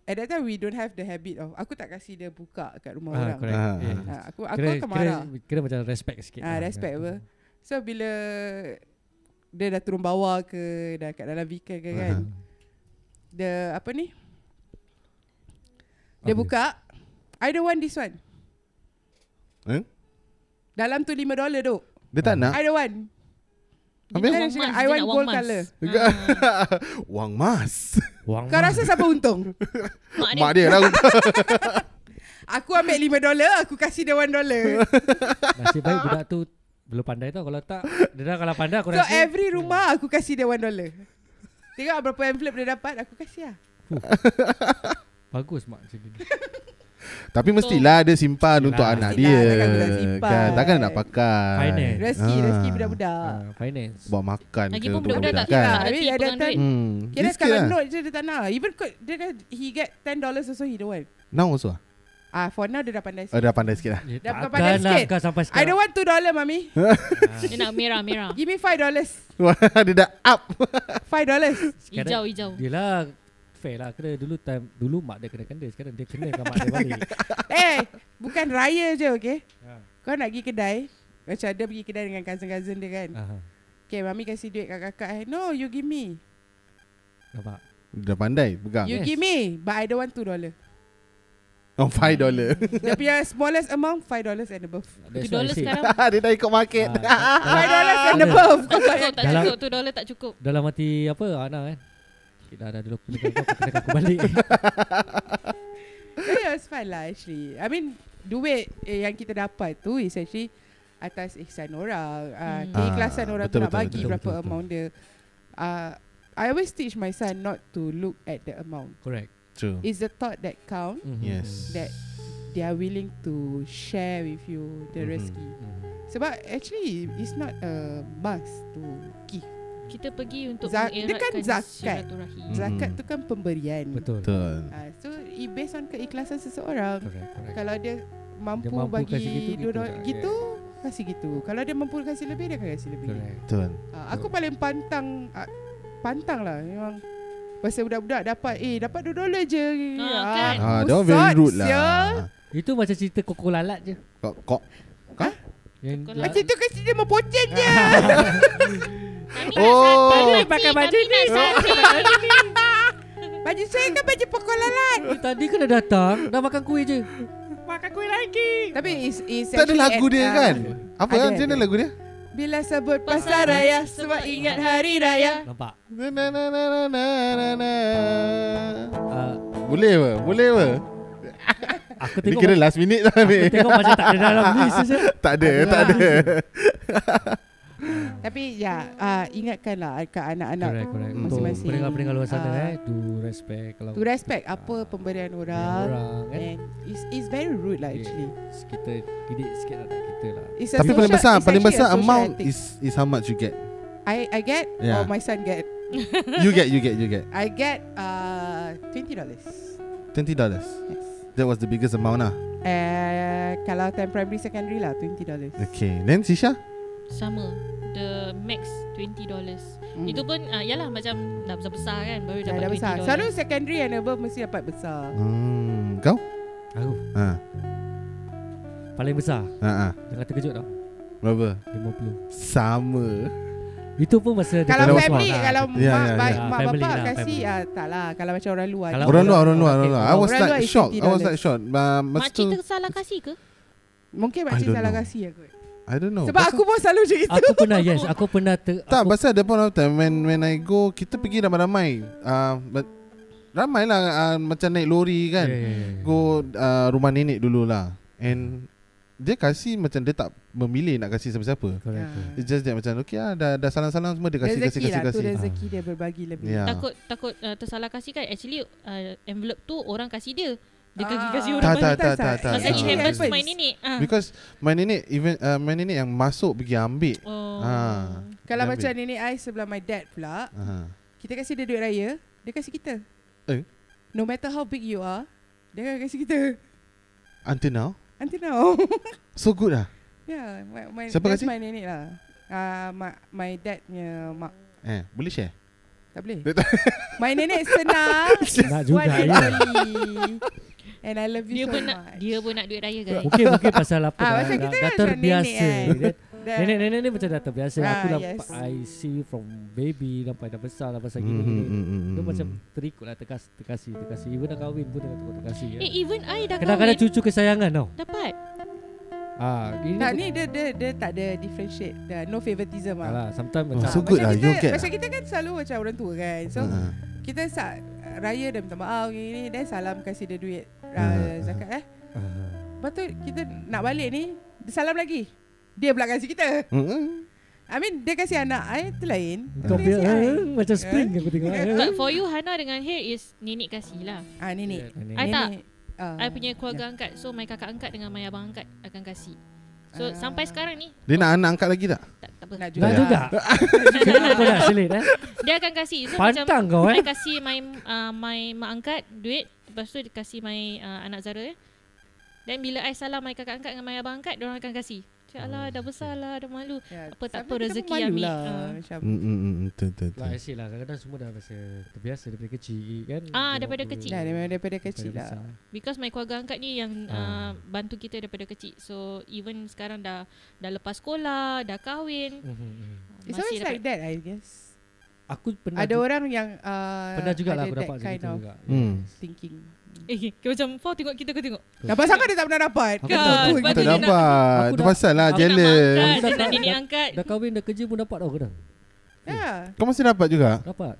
Speaker 2: At that time we don't have the habit of Aku tak kasi dia buka kat rumah
Speaker 5: Ah,
Speaker 2: orang
Speaker 5: correct.
Speaker 4: Ah.
Speaker 5: Yeah.
Speaker 2: ha, Aku aku akan marah
Speaker 5: Kira, kira macam respect sikit. lah.
Speaker 2: ha, Respect apa So bila Dia dah turun bawah ke Dah kat dalam vehicle ke kan
Speaker 5: Ah.
Speaker 2: Dia apa ni Dia
Speaker 5: Apa dia?
Speaker 2: buka I don't want this one
Speaker 4: Eh?
Speaker 2: Dalam tu 5 dollar tu
Speaker 4: Dia
Speaker 5: Ah.
Speaker 4: tak nak
Speaker 2: I don't want Then
Speaker 4: Habis?
Speaker 2: dia
Speaker 3: Wang
Speaker 2: cakap, I
Speaker 3: mas, dia
Speaker 2: want
Speaker 3: nak wang
Speaker 2: gold
Speaker 3: mas.
Speaker 2: colour
Speaker 4: Wang mas
Speaker 5: Wang
Speaker 2: Kau rasa siapa untung?
Speaker 3: Mak dia.
Speaker 4: Mak dia lah
Speaker 2: Aku ambil 5 dolar Aku kasih dia 1 dolar
Speaker 5: Nasib baik budak tu belum pandai tau kalau tak dia dah kalau pandai aku
Speaker 2: So
Speaker 5: rasa
Speaker 2: every
Speaker 4: Hmm.
Speaker 2: rumah Aku kasih dia 1 dolar Tengok berapa envelope dia dapat Aku kasih lah
Speaker 5: bagus mak macam gini.
Speaker 4: Tapi mestilah dia simpan untuk
Speaker 5: Mestilah.
Speaker 4: anak dia.
Speaker 2: Mestilah, takkan budak simpan.
Speaker 4: Kan, takkan nak pakai.
Speaker 5: Finance.
Speaker 2: Rezeki,
Speaker 4: Ah.
Speaker 2: rezeki budak-budak.
Speaker 5: Ah, finance.
Speaker 4: Buat makan
Speaker 3: Lagi
Speaker 4: ke
Speaker 3: pun
Speaker 4: untuk
Speaker 3: budak-budak tak
Speaker 2: budak
Speaker 3: tak
Speaker 2: kan?
Speaker 3: reti
Speaker 2: Habis ada
Speaker 3: pegang
Speaker 2: time-
Speaker 3: duit.
Speaker 4: Hmm.
Speaker 2: Kira
Speaker 4: This
Speaker 2: kalau
Speaker 4: lah.
Speaker 2: note je dia tak nak. Even kot, dia kan, he get $10 also he don't want.
Speaker 4: Now also ah?
Speaker 2: Ah, for now dia dah pandai
Speaker 4: Oh,
Speaker 2: sikit.
Speaker 4: dah pandai sikit lah.
Speaker 5: Eh,
Speaker 2: Dah bukan
Speaker 5: takkan
Speaker 2: pandai
Speaker 5: lah
Speaker 2: sikit.
Speaker 5: Kau sampai
Speaker 2: I don't
Speaker 5: sekarang. Ah,
Speaker 2: want $2, mami.
Speaker 3: Dia nak merah merah.
Speaker 2: Give me $5. $5.
Speaker 4: dia dah up.
Speaker 5: Sekarang-
Speaker 3: Hijau hijau.
Speaker 5: Yelah Fair lah kena dulu time Dulu mak dia kena kena Sekarang dia kena kat mak dia balik
Speaker 2: eh, bukan raya je, okay? Kau nak pergi kedai, macam dia pergi kedai dengan cousin-cousin dia kan.
Speaker 5: Aha,
Speaker 2: Okay, mami kasih duit kat kakak. eh. No, you give me.
Speaker 5: Nampak
Speaker 4: Dah pandai pegang.
Speaker 2: You
Speaker 5: Yes.
Speaker 2: give me. But I don't want $2.
Speaker 4: Oh, five dollar.
Speaker 2: Dia punya smallest amount, $5 and above.
Speaker 5: That's what
Speaker 3: Tu
Speaker 5: I
Speaker 3: dolar
Speaker 5: say.
Speaker 3: sekarang
Speaker 4: dia dah ikut market.
Speaker 5: Ah,
Speaker 2: $5 and
Speaker 5: Ada.
Speaker 2: above.
Speaker 3: tak cukup tak
Speaker 5: Dalam-
Speaker 3: cukup. Tu dolar tak cukup.
Speaker 5: Dalam hati apa Ana kan Okay, dah, dah dulu aku kena kau kena aku balik
Speaker 2: Yeah, it's fine lah actually. I mean, duit eh, yang kita dapat tu is actually atas ihsan orang. Uh,
Speaker 3: Hmm.
Speaker 2: keikhlasan
Speaker 4: Ah,
Speaker 2: orang
Speaker 4: betul,
Speaker 2: tu nak
Speaker 4: betul,
Speaker 2: bagi
Speaker 4: betul,
Speaker 2: berapa
Speaker 5: betul, betul.
Speaker 2: amount dia. Uh, I always teach my son not to look at the amount.
Speaker 5: Correct
Speaker 4: True.
Speaker 2: It's the thought that count
Speaker 4: Mm-hmm.
Speaker 5: Mhm.
Speaker 4: Yes.
Speaker 2: that they are willing to share with you the
Speaker 4: Mhm.
Speaker 2: rezeki.
Speaker 5: Mhm.
Speaker 2: Sebab actually it's not a must to give.
Speaker 3: Kita pergi untuk
Speaker 2: Zak- dia
Speaker 3: mengeratkan
Speaker 2: kan zakat.
Speaker 3: silaturahim.
Speaker 4: Mhm.
Speaker 2: Zakat tu kan pemberian.
Speaker 5: Betul
Speaker 4: Betul.
Speaker 2: Uh, so it based on keikhlasan seseorang.
Speaker 5: Correct correct
Speaker 2: Kalau dia
Speaker 5: Dia
Speaker 2: mampu,
Speaker 5: mampu
Speaker 2: bagi
Speaker 5: kasi gitu,
Speaker 2: gitu,
Speaker 5: gitu
Speaker 2: gitu,
Speaker 5: tak?
Speaker 2: gitu kasih gitu. Kalau dia mampu kasih lebih dia akan kasih lebih.
Speaker 5: Correct
Speaker 4: Betul.
Speaker 2: Uh, aku paling pantang uh, pantang lah memang Pasal budak-budak dapat Eh dapat 2 dolar je
Speaker 3: Ah, kan?
Speaker 4: Ah, dia orang very
Speaker 2: Pusat,
Speaker 4: rude
Speaker 2: sia.
Speaker 4: lah.
Speaker 5: Itu macam cerita koko lalat je
Speaker 4: Kok kok.
Speaker 5: Yang
Speaker 3: Koko
Speaker 5: la-
Speaker 2: Macam tu kasi kan dia memponceng je
Speaker 3: Kami
Speaker 4: Oh.
Speaker 3: nak
Speaker 2: Pakai
Speaker 3: pakai
Speaker 2: baju
Speaker 3: baju ni.
Speaker 2: Baju saya kan baju pokok lalat
Speaker 5: Eh, Tadi kena datang Dah makan kuih je
Speaker 2: Makan kuih lagi Tapi is, is
Speaker 4: Tak ada lagu dia kan?
Speaker 2: um,
Speaker 4: Apa
Speaker 2: ada,
Speaker 4: kan? Macam mana
Speaker 2: ada.
Speaker 4: lagu dia?
Speaker 2: Bila sebut pasar raya Semua ingat hari raya
Speaker 5: Nampak
Speaker 4: Na na na na na na na.
Speaker 5: Ah,
Speaker 4: Boleh apa? Boleh apa?
Speaker 5: Aku
Speaker 4: Ini
Speaker 5: tengok
Speaker 4: kira last minute lah
Speaker 5: Aku
Speaker 4: ni.
Speaker 5: tengok macam tak ada dalam list je
Speaker 4: Tak ada, tak
Speaker 2: lah.
Speaker 4: ada.
Speaker 2: Tapi ya uh, Ingatkanlah Kat anak-anak
Speaker 5: Correct correct
Speaker 4: Hmm.
Speaker 5: Untuk
Speaker 2: Masing-masing.
Speaker 5: pendengar-pendengar luar sana
Speaker 2: Ah.
Speaker 5: eh To respect Kalau
Speaker 2: To respect apa pemberian orang
Speaker 5: orang kan
Speaker 2: And it's, it's very rude lah eh, ya, actually.
Speaker 5: Yeah. Kita gidik sikit lah tak kita lah.
Speaker 2: It's a
Speaker 4: Tapi
Speaker 2: social-
Speaker 4: paling besar,
Speaker 2: it's
Speaker 4: paling
Speaker 2: actually
Speaker 4: besar
Speaker 2: a social
Speaker 4: amount
Speaker 2: ethic.
Speaker 4: is is how much you get.
Speaker 2: I I get
Speaker 4: Yeah.
Speaker 2: or my son get.
Speaker 4: You get, you get, you get.
Speaker 2: I get uh twenty dollars.
Speaker 4: Twenty dollars.
Speaker 2: Yes.
Speaker 4: That was the biggest amount lah.
Speaker 2: Uh, kalau time primary secondary lah twenty dollars.
Speaker 4: Okay. Then Sisha?
Speaker 3: Sama. The max $20.
Speaker 2: Mm.
Speaker 3: Itu pun ah, yalah macam dah besar-besar kan baru
Speaker 2: Eh, dah, dah
Speaker 3: dapat
Speaker 2: besar.
Speaker 3: $20.
Speaker 2: Selalu secondary and above mesti dapat besar.
Speaker 4: Hmm, kau?
Speaker 5: Aku
Speaker 4: Ha.
Speaker 5: paling besar.
Speaker 4: Ha ah.
Speaker 5: Jangan terkejut tau.
Speaker 4: Berapa?
Speaker 5: 50.
Speaker 4: Sama.
Speaker 5: Itu pun masa dia
Speaker 2: Kalau
Speaker 4: Kalau
Speaker 2: family,
Speaker 5: keluar.
Speaker 2: kalau
Speaker 4: Ya,
Speaker 2: mak,
Speaker 4: ya,
Speaker 2: mak,
Speaker 5: ya.
Speaker 2: mak
Speaker 5: Family
Speaker 2: bapak
Speaker 5: lah,
Speaker 2: kasih,
Speaker 5: family.
Speaker 2: ah, tak lah. Kalau macam orang luar.
Speaker 5: Kalau
Speaker 4: Orang luar, orang
Speaker 5: orang-
Speaker 4: luar, orang
Speaker 5: orang-
Speaker 4: luar. I was
Speaker 2: orang luar
Speaker 4: like
Speaker 2: is
Speaker 4: shocked. I was
Speaker 2: $50.
Speaker 4: like shocked. Uh, masa
Speaker 3: Makcik
Speaker 4: tu,
Speaker 3: tersalah kasih ke?
Speaker 2: Mungkin
Speaker 4: I
Speaker 2: makcik
Speaker 4: don't
Speaker 2: salah
Speaker 4: know.
Speaker 2: kasih aku.
Speaker 4: I don't know.
Speaker 2: Sebab
Speaker 4: Pasal-
Speaker 2: aku pun selalu macam itu.
Speaker 5: Aku pernah yes, aku pernah ter,
Speaker 4: Tak,
Speaker 5: aku,
Speaker 4: pasal ada point of time when, when I go, kita pergi ramai-ramai. Uh, but, ramai lah, uh, macam naik lori kan.
Speaker 5: Yeah, yeah, yeah.
Speaker 4: Go uh, rumah nenek dulu lah. And dia kasih macam dia tak memilih nak kasih siapa-siapa.
Speaker 5: Correct.
Speaker 2: Ah.
Speaker 5: correct.
Speaker 4: It's just that macam, okay lah, dah, dah salam-salam semua, dia kasih, kasih,
Speaker 2: Rezeki
Speaker 4: kasih,
Speaker 2: lah. Tu
Speaker 4: kasih.
Speaker 2: rezeki dia berbagi lebih.
Speaker 4: Ya.
Speaker 3: Takut takut ah, tersalah kasih kan. Actually ah, envelope tu orang kasih dia. Dia pergi
Speaker 2: Ah.
Speaker 3: kasih orang.
Speaker 4: Tak,
Speaker 3: balik.
Speaker 4: tak, tak, tak, tak.
Speaker 3: Pasal it
Speaker 4: Ah.
Speaker 3: happens to my nenek. Ah.
Speaker 4: Because my nenek, even, uh, my nenek yang masuk pergi ambil.
Speaker 3: Oh.
Speaker 4: Ah.
Speaker 2: Kalau
Speaker 4: Ambil.
Speaker 2: macam nenek I sebelah my dad pula,
Speaker 4: Uh-huh.
Speaker 2: kita kasi dia duit raya, dia kasi kita.
Speaker 4: Eh?
Speaker 2: No matter how big you are, dia akan kasi kita.
Speaker 4: Until now,
Speaker 2: Until now.
Speaker 4: so good lah.
Speaker 2: yeah, my, my,
Speaker 4: Siapa
Speaker 2: that's
Speaker 4: kasi?
Speaker 2: my nenek lah. Uh, my, my dad punya mak.
Speaker 4: Eh, boleh share?
Speaker 2: Tak boleh. my nenek senang.
Speaker 5: Nak
Speaker 2: is
Speaker 5: juga
Speaker 2: one and
Speaker 5: ya.
Speaker 2: only. And I love you
Speaker 3: Dia
Speaker 2: so
Speaker 3: pun
Speaker 2: much.
Speaker 3: nak dia pun nak duit raya guys.
Speaker 5: Mungkin mungkin pasal apa
Speaker 2: Ah,
Speaker 5: dah,
Speaker 2: pasal
Speaker 5: dah,
Speaker 2: kita
Speaker 5: dah
Speaker 2: kan
Speaker 5: terbiasa.
Speaker 2: nenek,
Speaker 5: Dia-
Speaker 2: Dah-
Speaker 5: Nenek-nenek ni macam dah terbiasa.
Speaker 2: Ah,
Speaker 5: Aku dah
Speaker 2: yes.
Speaker 5: I see you from baby dah dah besar dah pasal
Speaker 4: Hmm,
Speaker 5: gini. gini. Dia macam terikut lah terkas, terkasih, terkasih. Even dah kahwin pun dah terkasih. Ya.
Speaker 3: Eh even I dah
Speaker 5: Kadang-kadang
Speaker 3: kahwin
Speaker 5: cucu kesayangan tau.
Speaker 3: dapat.
Speaker 5: Ah, ini
Speaker 2: Tak ni dia, dia, dia tak ada differentiate. Dah, no favoritism lah.
Speaker 5: Alah, sometimes
Speaker 4: Oh,
Speaker 5: macam
Speaker 4: so good
Speaker 2: macam
Speaker 4: lah,
Speaker 2: kita,
Speaker 4: you get
Speaker 2: Macam
Speaker 4: lah.
Speaker 2: kita kan selalu macam orang tua kan So
Speaker 4: Ah.
Speaker 2: kita sa- raya dah minta maaf gini ni Then salam kasih dia duit uh,
Speaker 4: Ah,
Speaker 5: Ya.
Speaker 2: Zakat eh
Speaker 5: Ah.
Speaker 2: Lepas tu kita nak balik ni Dia salam lagi Dia pula kasih kita
Speaker 4: Mm-mm.
Speaker 2: I mean dia kasih anak I tu lain
Speaker 5: Kau
Speaker 2: Dia
Speaker 5: punya
Speaker 2: kasih I
Speaker 5: eh, macam
Speaker 2: Hmm?
Speaker 5: spring aku tengok. eh.
Speaker 3: But for you Hana dengan Hair is nenek kasih lah.
Speaker 2: Ah nenek
Speaker 5: Nenek.
Speaker 3: I tak.
Speaker 2: Ah ah.
Speaker 3: I punya keluarga angkat So my kakak angkat Dengan my abang angkat Akan kasih
Speaker 2: Ah.
Speaker 3: So sampai sekarang ni
Speaker 4: Dia nak anak angkat lagi tak?
Speaker 3: Tak, tak apa
Speaker 2: Nak
Speaker 5: Nak
Speaker 2: juga.
Speaker 5: juga Kenapa kau nak selit eh
Speaker 3: Dia akan kasih so,
Speaker 5: Pantang kau, eh?
Speaker 3: I kasih my uh, my mak angkat duit Lepas tu dia kasih my uh, anak Zara eh. Then bila I salah my kakak angkat Dengan my abang angkat Diorang akan kasih Cik
Speaker 5: Oh,
Speaker 3: alah dah besar lah Dah malu
Speaker 2: Ya,
Speaker 3: Apa
Speaker 2: sampai
Speaker 3: tak apa
Speaker 2: kita
Speaker 3: rezeki
Speaker 2: pun malu
Speaker 3: ambil.
Speaker 2: lah,
Speaker 3: Ah.
Speaker 2: macam.
Speaker 4: Hmm, hmm, hmm, betul, betul, betul.
Speaker 5: Lah asyik lah Kadang-kadang semua dah biasa Terbiasa daripada kecil kan
Speaker 3: Ah, daripada
Speaker 5: Tengok
Speaker 3: kecil.
Speaker 2: Dah
Speaker 5: dulu,
Speaker 2: memang daripada
Speaker 5: daripada
Speaker 2: kecil lah.
Speaker 5: besar.
Speaker 3: Because my keluarga angkat ni yang
Speaker 5: Ah.
Speaker 3: uh, bantu kita daripada kecil. So even sekarang dah dah lepas sekolah, dah kahwin.
Speaker 5: Mhm, mhm.
Speaker 2: It's always
Speaker 3: dapat-
Speaker 2: like that I guess.
Speaker 5: Aku pernah
Speaker 2: Ada
Speaker 5: ju-
Speaker 2: orang yang uh,
Speaker 5: Pernah juga lah
Speaker 2: ada
Speaker 5: aku
Speaker 2: that
Speaker 5: dapat macam
Speaker 2: kind
Speaker 5: itu
Speaker 2: of
Speaker 5: juga
Speaker 4: Hmm.
Speaker 2: thinking.
Speaker 3: Eh, kau macam kau tengok kita kau tengok.
Speaker 2: Dah pasal kau dia tak pernah dapat. Kan?
Speaker 5: Aku
Speaker 2: Kau
Speaker 5: tak tahu.
Speaker 2: tu yang
Speaker 3: Sebab
Speaker 4: Tak
Speaker 3: dia
Speaker 2: kita-
Speaker 3: nak-
Speaker 4: dapat.
Speaker 5: aku
Speaker 4: Tu
Speaker 5: dah-
Speaker 4: pasal lah
Speaker 3: Dia nak
Speaker 4: jealous.
Speaker 3: angkat, Dia nak nenek angkat.
Speaker 5: Dah kahwin dah kerja pun dapat tau kadang
Speaker 2: Ya.
Speaker 4: Kau masih dapat juga?
Speaker 5: Dapat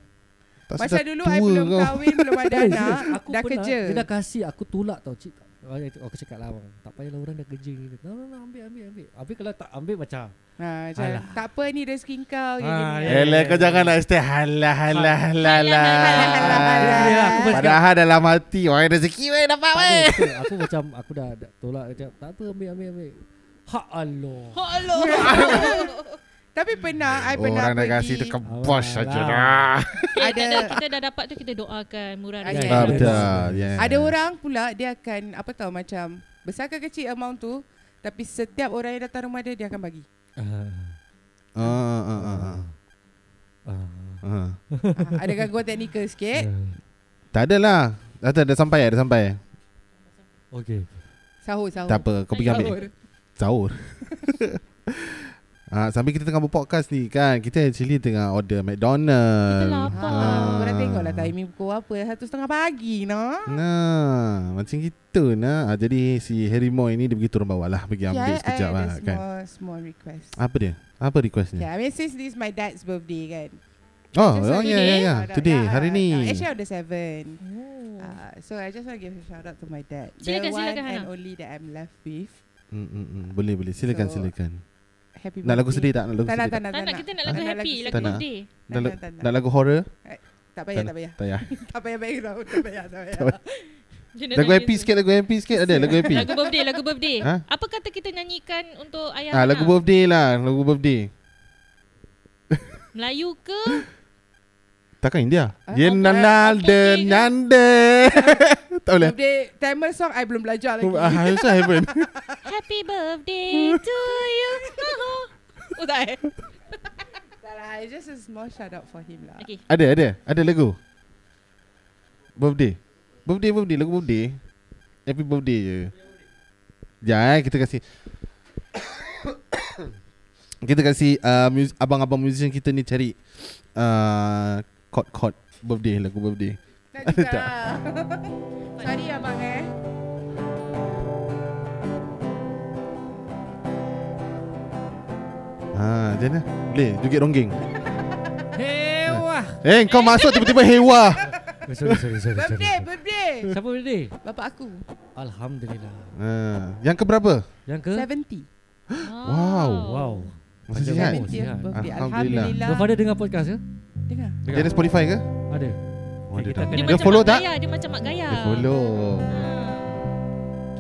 Speaker 4: Tak
Speaker 2: Masa
Speaker 4: sedar
Speaker 2: dulu
Speaker 4: tua
Speaker 2: I belum
Speaker 4: kau.
Speaker 2: kahwin, belum ada
Speaker 5: Serius,
Speaker 2: anak,
Speaker 5: serius. Aku
Speaker 2: dah
Speaker 5: pernah,
Speaker 2: kerja.
Speaker 5: Dia dah kasih aku tolak tau cik. Oh, itu Aku cakap lah bang Tak payahlah orang dah kerja ni No no no ambil ambil ambil Habis kalau tak ambil macam
Speaker 2: Ha, macam,
Speaker 5: Alah.
Speaker 2: tak apa ni rezeki kau. yang
Speaker 5: Ah,
Speaker 2: gini.
Speaker 5: ya.
Speaker 4: Eh, lah, kau jangan nak stay halah halah
Speaker 3: Halah,
Speaker 4: halah
Speaker 3: halah,
Speaker 2: halah, halah.
Speaker 5: Boleh lah, aku pernah cakap,
Speaker 4: Padahal dalam hati Wah rezeki weh dapat
Speaker 5: "Tak
Speaker 4: weh
Speaker 5: ada, betul." Aku macam Aku dah dah tolak dia cakap, Tak apa ambil ambil ambil Hak Allah
Speaker 3: Oh Allah.
Speaker 2: Tapi pernah, I pernah
Speaker 4: Oh, Orang dah
Speaker 2: pergi.
Speaker 4: kasih tu kau bos
Speaker 5: Alah.
Speaker 4: saja dah
Speaker 3: Ada
Speaker 2: Ada-
Speaker 3: kita dah dapat tu kita doakan murah
Speaker 2: Ah,
Speaker 3: rezeki.
Speaker 2: yes.
Speaker 4: Ah, Betul yeah.
Speaker 2: Ada orang pula dia akan apa tahu macam besar ke kecil amount tu tapi setiap orang yang datang rumah dia dia akan bagi.
Speaker 4: Ah, ah, ah, ah, ah. Ah.
Speaker 2: ha, ada gangguan teknikal sikit.
Speaker 5: Ya.
Speaker 4: Tak ada lah Dah tak ada sampai Dah sampai
Speaker 5: Okay
Speaker 2: Sahur sahur.
Speaker 4: Tak apa Kau pergi ambil
Speaker 2: Sahur.
Speaker 4: Sahur Ah, sambil kita tengah berpodcast ni kan Kita actually tengah order McDonald's
Speaker 3: Kita
Speaker 5: Ah.
Speaker 3: lapar.
Speaker 2: Ha,
Speaker 4: Ah.
Speaker 2: korang tengoklah timing pukul apa Satu setengah pagi no
Speaker 4: Nah, macam gitu nah. Ah, jadi si Harry Moy ni dia pergi turun bawah lah, pergi ambil
Speaker 2: Okay, I- I
Speaker 4: sekejap lah
Speaker 2: Ya, ada
Speaker 4: kan. Ah, ya.
Speaker 2: small, small request
Speaker 4: Apa dia? Apa
Speaker 2: Okay,
Speaker 4: requestnya?
Speaker 2: I mean since this is my dad's birthday kan
Speaker 4: Oh,
Speaker 2: Just
Speaker 4: oh
Speaker 2: like
Speaker 4: ya ya ya.
Speaker 2: Ah, dah-
Speaker 4: Today,
Speaker 2: dah,
Speaker 4: hari
Speaker 2: dah,
Speaker 4: ni.
Speaker 2: dah. Actually on the 7
Speaker 3: Oh.
Speaker 2: uh, So I just want to give a shout out to my dad The
Speaker 3: Silakan, silakan,
Speaker 2: one and
Speaker 3: Hana.
Speaker 2: only that I'm left with
Speaker 4: Mm, mm, mm. Boleh boleh. Silakan
Speaker 2: So,
Speaker 4: silakan.
Speaker 2: Happy
Speaker 4: Nak lagu
Speaker 2: birthday.
Speaker 4: sedih tak? Nak lagu
Speaker 2: Tak nak,
Speaker 4: sedih.
Speaker 2: tak
Speaker 4: tak?
Speaker 2: nak,
Speaker 3: Tak nak kita nak
Speaker 2: Tak
Speaker 3: lagu
Speaker 2: nak
Speaker 3: happy,
Speaker 2: lagu
Speaker 3: lagu
Speaker 4: sedih.
Speaker 3: birthday.
Speaker 4: Nak
Speaker 2: tak
Speaker 4: la-
Speaker 2: nak, tak
Speaker 4: Nak lagu horror?
Speaker 2: Tak payah,
Speaker 4: Tak
Speaker 2: tak payah
Speaker 4: Tak ya.
Speaker 2: Tak payah background Tak payah, tak payah
Speaker 3: Dia nak
Speaker 4: Lagu
Speaker 3: nyanyi
Speaker 4: happy
Speaker 3: tu.
Speaker 4: sikit, lagu happy sikit ada lagu happy.
Speaker 3: Lagu birthday, lagu birthday.
Speaker 4: Ha?
Speaker 3: Apa kata kita nyanyikan untuk ayah
Speaker 4: Ah, lagu
Speaker 3: Hana?
Speaker 4: birthday lah, lagu birthday.
Speaker 3: Melayu ke?
Speaker 4: Takkan India.
Speaker 2: Ah,
Speaker 4: Ye
Speaker 2: apa?
Speaker 4: nanal de
Speaker 3: Birthday ke?
Speaker 4: nande. Tak boleh.
Speaker 2: Birthday Tamil song I belum belajar lagi
Speaker 4: Ah, I also haven't.
Speaker 3: Happy birthday to you. Oh tak eh?
Speaker 2: Tak lah, it's just a small shout out for him lah
Speaker 3: Okay.
Speaker 4: Ada ada Ada lagu Birthday Birthday birthday Lagu birthday Happy birthday je Sekejap eh Kita kasih Kita kasih uh, mus- Abang-abang musician kita ni cari uh, Chord chord Birthday Lagu birthday
Speaker 2: Nak
Speaker 4: Ada
Speaker 2: juga
Speaker 4: tak?
Speaker 2: lah Sorry abang eh
Speaker 4: Ha, macam mana? Boleh joget ronggeng
Speaker 5: Hewah
Speaker 4: Eh kau masuk tiba-tiba hewa
Speaker 5: oh, Sorry sorry sorry, sorry.
Speaker 2: Birthday, birthday
Speaker 5: Siapa birthday?
Speaker 2: Bapak aku
Speaker 5: Alhamdulillah
Speaker 4: ha, Yang keberapa?
Speaker 5: Yang ke?
Speaker 2: 70
Speaker 3: Oh.
Speaker 4: Wow.
Speaker 5: Wow
Speaker 4: Masih
Speaker 5: Panjang
Speaker 4: sihat?
Speaker 5: umur.
Speaker 2: 70th birthday
Speaker 4: Alhamdulillah.
Speaker 2: Alhamdulillah
Speaker 5: Kau father dengar podcast ke?
Speaker 2: Dengar
Speaker 4: Dia ada Spotify ke?
Speaker 5: Ada
Speaker 4: Oh,
Speaker 5: Kita
Speaker 4: ada dah.
Speaker 5: kena-
Speaker 4: Dia follow
Speaker 3: mak
Speaker 4: tak?
Speaker 3: Gaya. Dia macam mak gaya.
Speaker 4: Dia follow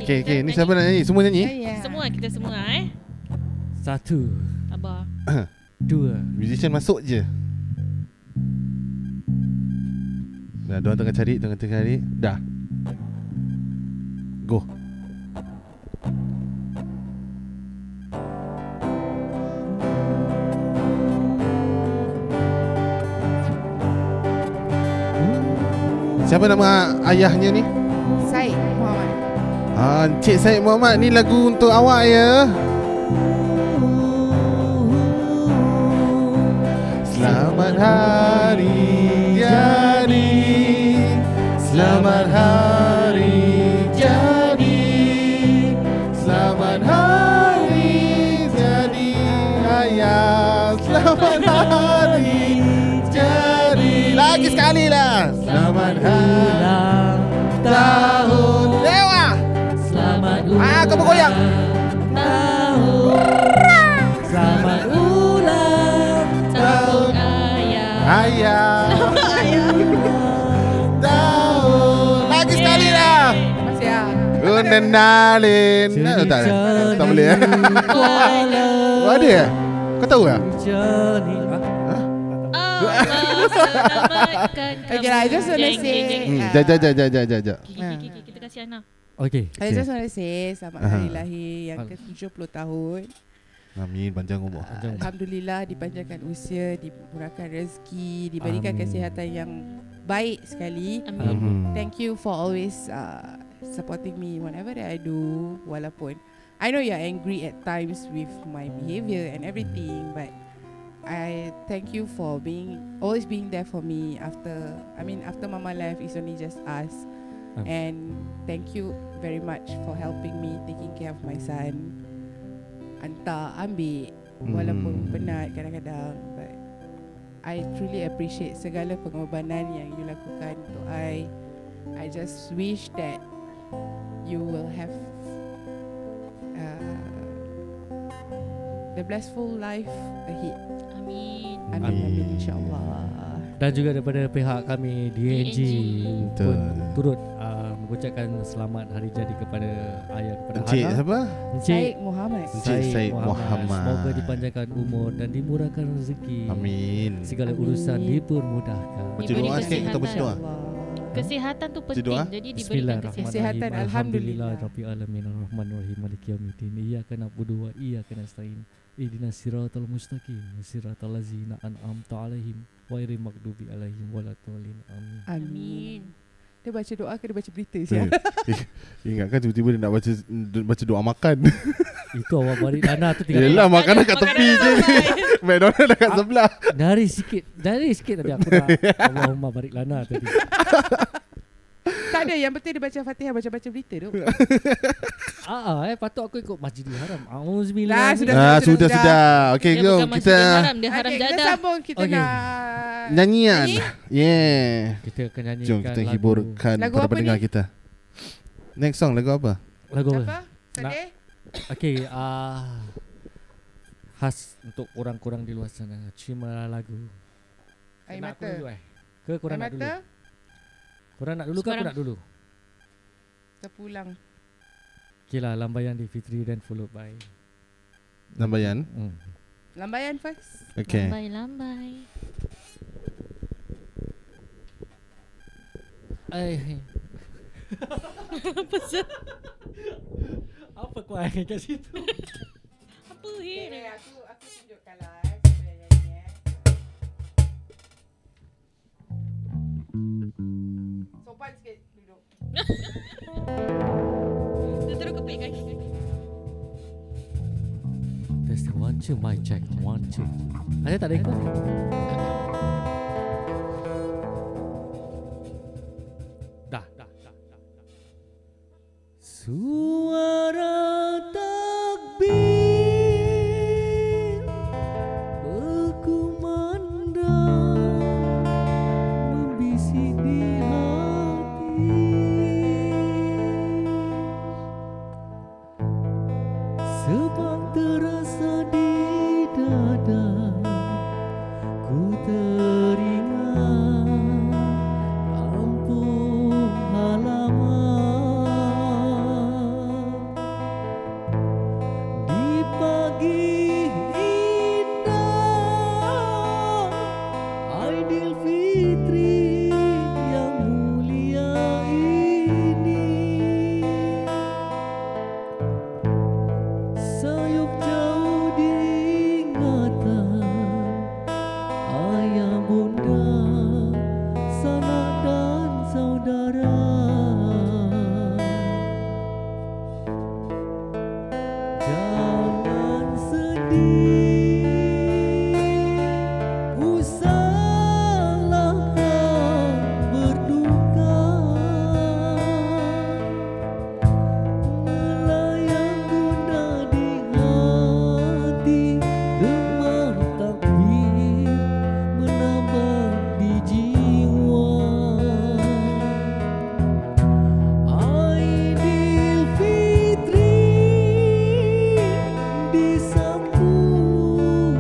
Speaker 4: Okay, okay.
Speaker 3: kita
Speaker 4: Ni siapa nak nyanyi? Semua nyanyi?
Speaker 2: Ya, ya.
Speaker 3: Eh, Semua kita semua eh.
Speaker 5: Satu
Speaker 3: Sabar.
Speaker 5: Dua
Speaker 4: Musician masuk je Dah, diorang tengah cari, tengah tengah cari Dah Go Siapa nama ayahnya ni?
Speaker 2: Syed Muhammad
Speaker 4: Ah, Encik Syed Muhammad ni lagu untuk awak ya. Selamat hari jadi. Selamat hari jadi. Selamat hari jadi ayah. Selamat hari jadi. Lagi sekali lah. Selamat hari
Speaker 1: Ulang
Speaker 4: tahun dewa.
Speaker 1: Selamat
Speaker 4: Ah, kau bergoyang.
Speaker 1: Selamat ulang
Speaker 3: Tahun
Speaker 4: Ah,
Speaker 3: ayah.
Speaker 4: Ayah. Tahun. Lagi sekali lah.
Speaker 2: Masih lah
Speaker 4: Nalin Eh, Tak tak Tak boleh eh Oh ada eh Kau tahu tak
Speaker 2: ah.
Speaker 3: Oh, Allah selamatkan
Speaker 2: Okay lah, I just wanna
Speaker 3: Geng, geng,
Speaker 2: say-
Speaker 3: geng.
Speaker 4: Hmm, Jap jap jap jap jap jap jap
Speaker 3: Gigi, gigi, gigi, Kita kasih Ana
Speaker 5: Okay.
Speaker 2: I just want to say Selamat
Speaker 4: Aha.
Speaker 2: hari lahir Yang
Speaker 5: Al-
Speaker 2: ke-70 tahun
Speaker 4: Amin panjang umur
Speaker 2: Ah,
Speaker 5: Panjang.
Speaker 2: Alhamdulillah dipanjangkan usia Dimurahkan rezeki Diberikan
Speaker 5: Amin.
Speaker 2: kesihatan yang Baik sekali
Speaker 5: Um,
Speaker 3: Amin
Speaker 4: Hmm.
Speaker 2: Thank you for always uh, Supporting me Whatever that I do Walaupun I know you're angry at times With my behaviour And everything But I thank you for being Always being there for me After I mean after Mama left It's only just us
Speaker 5: Amin.
Speaker 2: And thank you very much For helping me Taking care of my son Hantar Ambil Walaupun
Speaker 4: Hmm.
Speaker 2: penat kadang-kadang But I truly appreciate Segala pengorbanan Yang you lakukan Untuk I I just wish that You will have uh, The blissful life Ahead
Speaker 3: Amin
Speaker 2: Amin Amin
Speaker 4: Amin.
Speaker 2: insyaAllah
Speaker 5: Dan juga daripada pihak kami DNG
Speaker 4: Betul.
Speaker 5: pun turut uh, mengucapkan selamat hari jadi kepada ayah kepada
Speaker 4: Encik
Speaker 5: Hana.
Speaker 4: siapa
Speaker 2: Syed Muhammad
Speaker 4: Encik Syed Muhammad.
Speaker 5: Semoga dipanjangkan umur dan dimurahkan rezeki.
Speaker 4: Amin
Speaker 5: Segala
Speaker 2: Amin.
Speaker 5: urusan dipermudahkan.
Speaker 4: Baca
Speaker 3: Diberi
Speaker 4: doa sikit Kita baca doa
Speaker 2: InsyaAllah
Speaker 3: Kesihatan tu penting
Speaker 4: doa.
Speaker 3: Jadi diberikan kesihatan
Speaker 5: Bismillahirrahmanirrahim.
Speaker 2: Kesihatan,
Speaker 5: Alhamdulillah
Speaker 2: Alhamdulillah.
Speaker 5: rabbil alamin arrahmanirrahim maliki yaumiddin. Iyyaka na'budu wa iyyaka nasta'in. Ihdinas siratal mustaqim, siratal ladzina an'amta 'alaihim, ghairil maghdubi 'alaihim waladdallin. Amin.
Speaker 2: Amin Dia baca doa ke dia baca berita
Speaker 4: Betul.
Speaker 2: siap?
Speaker 4: Eh, Ingatkan tiba-tiba dia nak baca dia Baca doa makan
Speaker 5: Itu awak balik Ana tu tinggal
Speaker 4: Yelah makanan kat tepi je McDonald dekat
Speaker 5: Ah.
Speaker 4: sebelah
Speaker 5: Dari sikit Dari sikit tadi aku nak Allahumma barik lana tadi
Speaker 2: tak ada yang penting dia baca Fatihah baca-baca berita tu.
Speaker 5: Aa eh Patut aku ikut Masjidil Haram Auzubillah
Speaker 2: Dah,
Speaker 5: min-
Speaker 2: sudah.
Speaker 4: Ah
Speaker 2: sudah.
Speaker 4: sudah sudah Okay
Speaker 3: Dia
Speaker 4: go
Speaker 3: bukan masjid
Speaker 4: Kita
Speaker 3: haram Dia haram
Speaker 2: Okay, kita
Speaker 3: jadah
Speaker 2: sambung kita
Speaker 5: Okay.
Speaker 2: nak
Speaker 4: Nyanyian Yeah
Speaker 5: Kita akan nyanyikan
Speaker 4: Jom kita
Speaker 5: kan lagu,
Speaker 4: hiburkan
Speaker 2: Lagu
Speaker 4: Para
Speaker 2: apa
Speaker 4: pendengar
Speaker 2: ni?
Speaker 4: kita Next song lagu apa?
Speaker 5: Lagu apa?
Speaker 2: apa? Sedih?
Speaker 5: Okay ah Khas untuk orang-orang di luar sana Cuma lagu
Speaker 2: Air
Speaker 5: Nak aku
Speaker 2: mata.
Speaker 5: dulu eh Ke
Speaker 2: Air
Speaker 5: korang nak dulu?
Speaker 2: mata
Speaker 5: Korang nak dulu ke aku
Speaker 3: Sembarang.
Speaker 5: nak dulu?
Speaker 2: terpulang.
Speaker 5: Okay lah Lambayan di Fitri dan followed by
Speaker 4: Nambayan
Speaker 5: hmm.
Speaker 2: Lambaian first.
Speaker 4: Okay
Speaker 3: Lambai-lambai
Speaker 5: Ay. Apa sih? Apa kau yang kat situ?
Speaker 3: Apa ni?
Speaker 2: aku aku tunjukkan lah. eh, kita boleh nyanyi, eh. Sopan sikit duduk.
Speaker 3: Dia terus kepik kaki
Speaker 5: Test one two mic check one two. Ada tak ada ikut? Dah dah dah dah. dah. Suara takbir berkumandang membisik di hati. Sebab terasa di dada Ku teringat kampung halaman Di pagi indah Aidilfitri yang mulia ini Sayup jauh diingatan Ayah bunda Sanak dan saudara Jangan sedih Usahlah kau berduka Melayang bunda di hati Gemar takbir menambah di jiwa Aidilfitri di sampul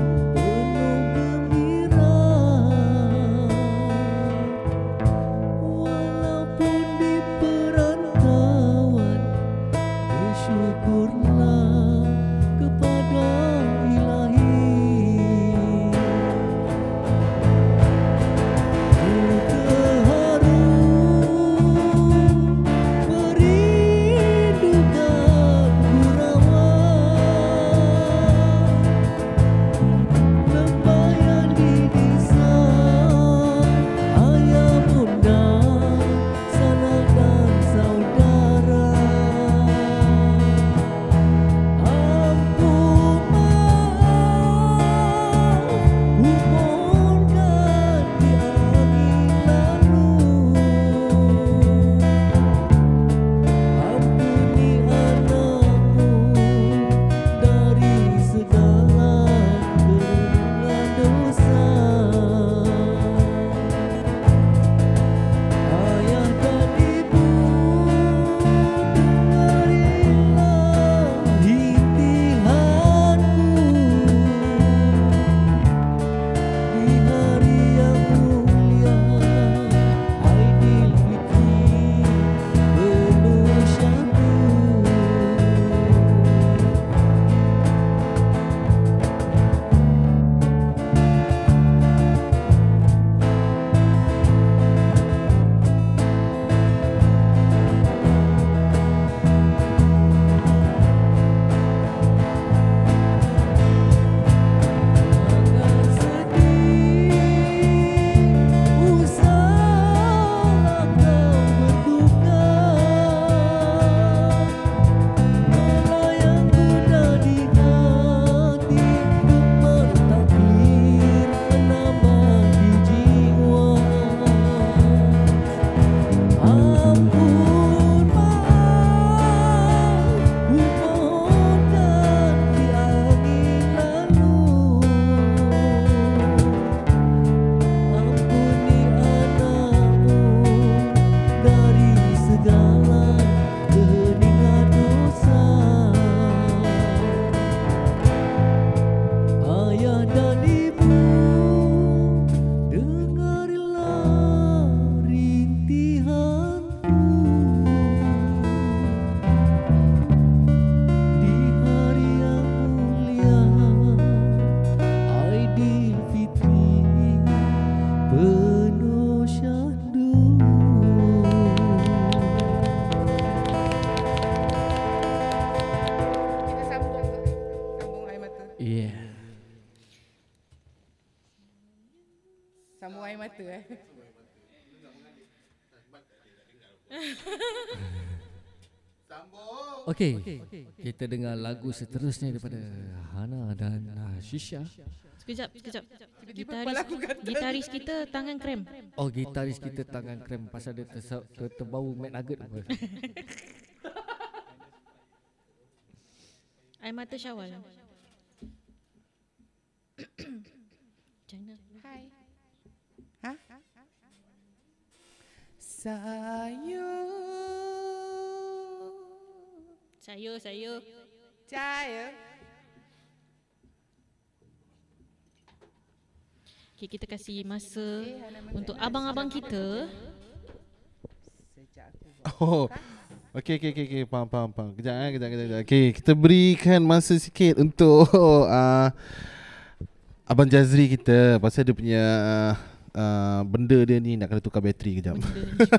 Speaker 2: Sambung air mata eh.
Speaker 5: Okey. Kita dengar lagu seterusnya daripada Hana dan ah, Shisha.
Speaker 3: Sekejap, sekejap.
Speaker 2: Tiba-tiba
Speaker 3: Gitaris,
Speaker 2: kepala aku gatal.
Speaker 3: gitaris kita tangan krem.
Speaker 5: Oh, gitaris kita tangan krem pasal dia tersa- ter- terbau Mad Nugget apa.
Speaker 3: Air mata syawal. Macam mana?
Speaker 2: Ha? Sayur
Speaker 3: Sayur, sayur.
Speaker 2: Cahaya
Speaker 3: Okay, kita kasih masa untuk abang-abang kita.
Speaker 2: Sejak aku
Speaker 4: Oh. Okey okey okey okey faham faham faham. Kejap eh kejap kejap. kejap. Okey, kita berikan masa sikit untuk uh, abang Jazri kita pasal dia punya uh, benda dia ni nak kena tukar bateri kejap.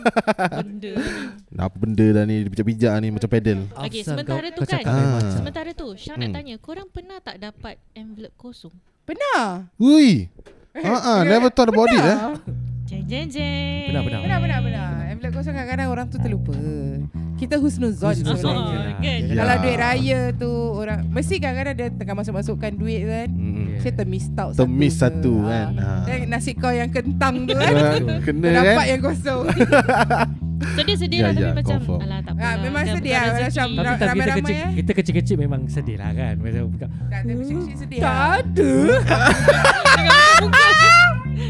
Speaker 3: Benda ni.
Speaker 4: Nak apa benda dah ni dia pijak-pijak ni macam pedal.
Speaker 3: Okey,
Speaker 5: Afzal,
Speaker 3: sementara
Speaker 5: kau-
Speaker 3: tu
Speaker 5: kau
Speaker 3: kan.
Speaker 5: cakap lain
Speaker 4: Ah.
Speaker 5: macam.
Speaker 3: Sementara tu, Syah nak
Speaker 4: Hmm.
Speaker 3: tanya, korang pernah tak dapat envelope kosong?
Speaker 2: Pernah
Speaker 4: Ui.
Speaker 2: Eh,
Speaker 4: Ha ah, uh-uh, never thought about it eh.
Speaker 3: Jeng jeng jeng.
Speaker 5: Pernah,
Speaker 3: Oh,
Speaker 5: pernah.
Speaker 2: Pernah pernah pernah Envelope kosong kadang-kadang orang tu terlupa Kita husnuzon
Speaker 5: Husnuzon.
Speaker 2: sebenarnya
Speaker 3: kan?
Speaker 4: Ya.
Speaker 2: Kalau duit raya tu orang Mesti kadang-kadang dia tengah masuk-masukkan duit kan
Speaker 4: Hmm.
Speaker 2: Saya termiss out satu
Speaker 4: Termiss
Speaker 2: ke.
Speaker 4: satu
Speaker 2: Ah.
Speaker 4: kan. Ha.
Speaker 2: Dan nasi kau yang kentang tu kan
Speaker 4: Ah, Kena
Speaker 2: Dapat
Speaker 4: kan.
Speaker 2: yang kosong
Speaker 3: So dia sedih
Speaker 4: Ya,
Speaker 3: lah tapi
Speaker 4: ya,
Speaker 3: macam
Speaker 4: confirm.
Speaker 3: alah tak apa.
Speaker 2: Ah, memang sedih lah, macam
Speaker 4: Ah.
Speaker 5: Tapi
Speaker 2: Ra-
Speaker 5: tak kita
Speaker 2: ramai-ramai,
Speaker 5: kecil,
Speaker 2: eh.
Speaker 5: kita kecil-kecil memang sedih lah kan. Macam buka. Hmm.
Speaker 2: Tak ada kecil-kecil sedih
Speaker 5: Tak
Speaker 2: lah.
Speaker 5: ada.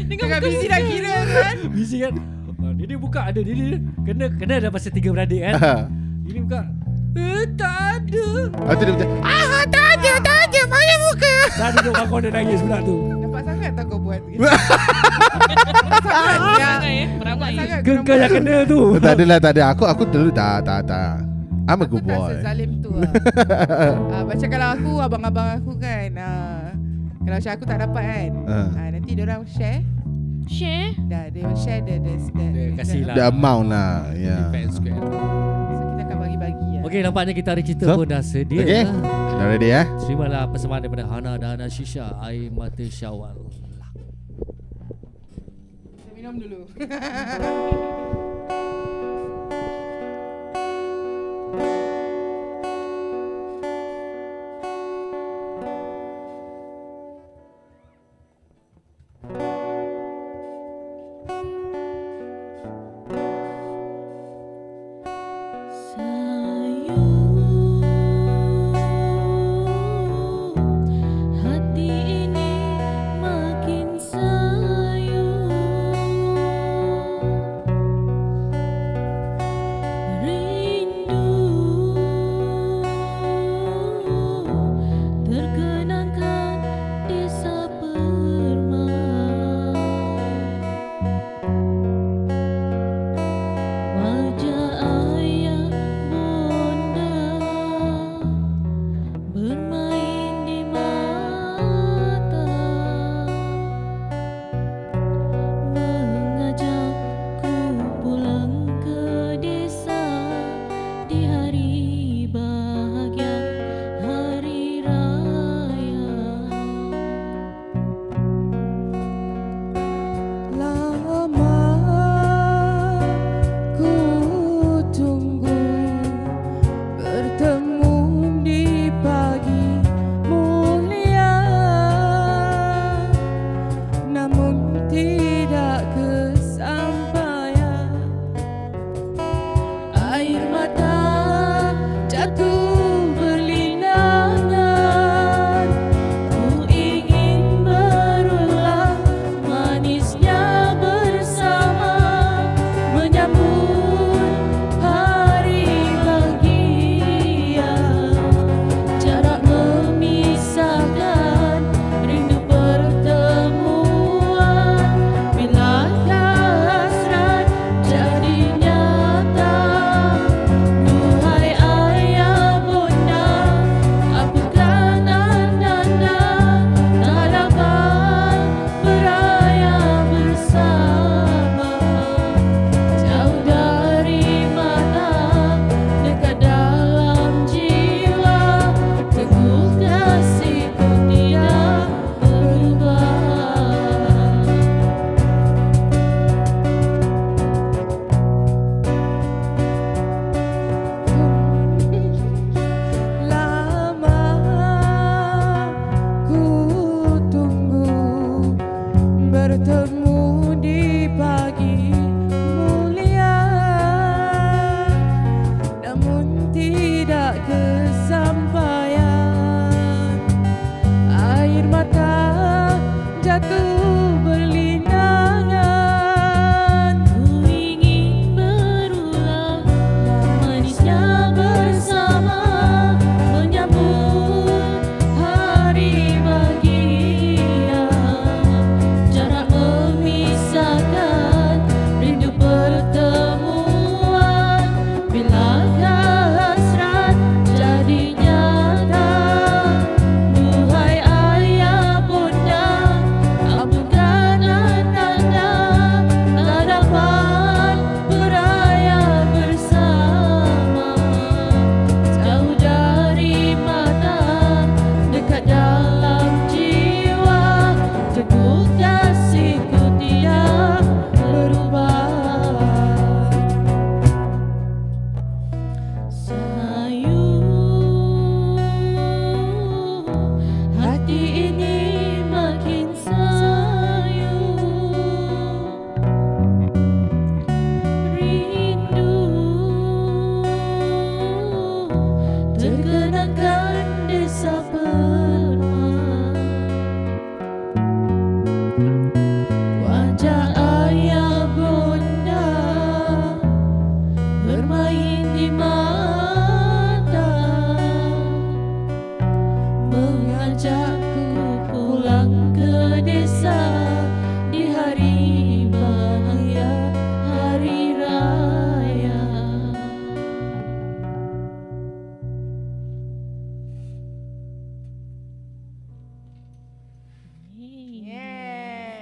Speaker 2: Tengah busy dah kira kan
Speaker 5: Busy kan. Ah, Dia dia buka ada dia, dia kena kena ada pasal tiga beradik kan.
Speaker 4: Ha.
Speaker 5: Ini buka. Eh, tak ada.
Speaker 4: Lepas tu dia macam
Speaker 2: Ah tak ada tak ada Mana muka
Speaker 5: Dah duduk bang kau nangis pula tu.
Speaker 2: Nampak sangat tak kau buat gitu. Nampak sangat ya.
Speaker 3: Perangai.
Speaker 2: Nampak sangat kau
Speaker 5: Gengkar yang kena tu.
Speaker 4: "Oh, tak adalah tak ada. Aku aku dulu tak tak tak. I'm a
Speaker 2: Aku
Speaker 4: good
Speaker 2: tak
Speaker 4: boy.
Speaker 2: sezalim tu lah. Ah, Macam kalau aku Abang-abang aku kan ah, Kalau macam aku tak dapat kan
Speaker 4: Ah.
Speaker 2: ah, Nanti diorang share
Speaker 3: Share.
Speaker 2: Dah they will share the the, the,
Speaker 5: Dia kasih lah.
Speaker 4: The amount lah. Ya.
Speaker 5: Fair and square.
Speaker 2: So kita akan bagi-bagi lah.
Speaker 5: Okey nampaknya kita hari kita
Speaker 4: So,
Speaker 5: pun dah sedia
Speaker 4: okey.
Speaker 5: lah.
Speaker 4: Dah ready eh?
Speaker 5: Terimalah persembahan daripada Hana dan Hana Shisha Air Mata Syawal
Speaker 2: Kita minum dulu.
Speaker 1: Sayur, hati ini makin sayur, rindu terkenangkan desa permai. Wajah ayah bunda bermain di mata mengajakku pulang ke desa di hari bahagia hari raya.
Speaker 2: Lama ku tunggu bertemu di pagi ya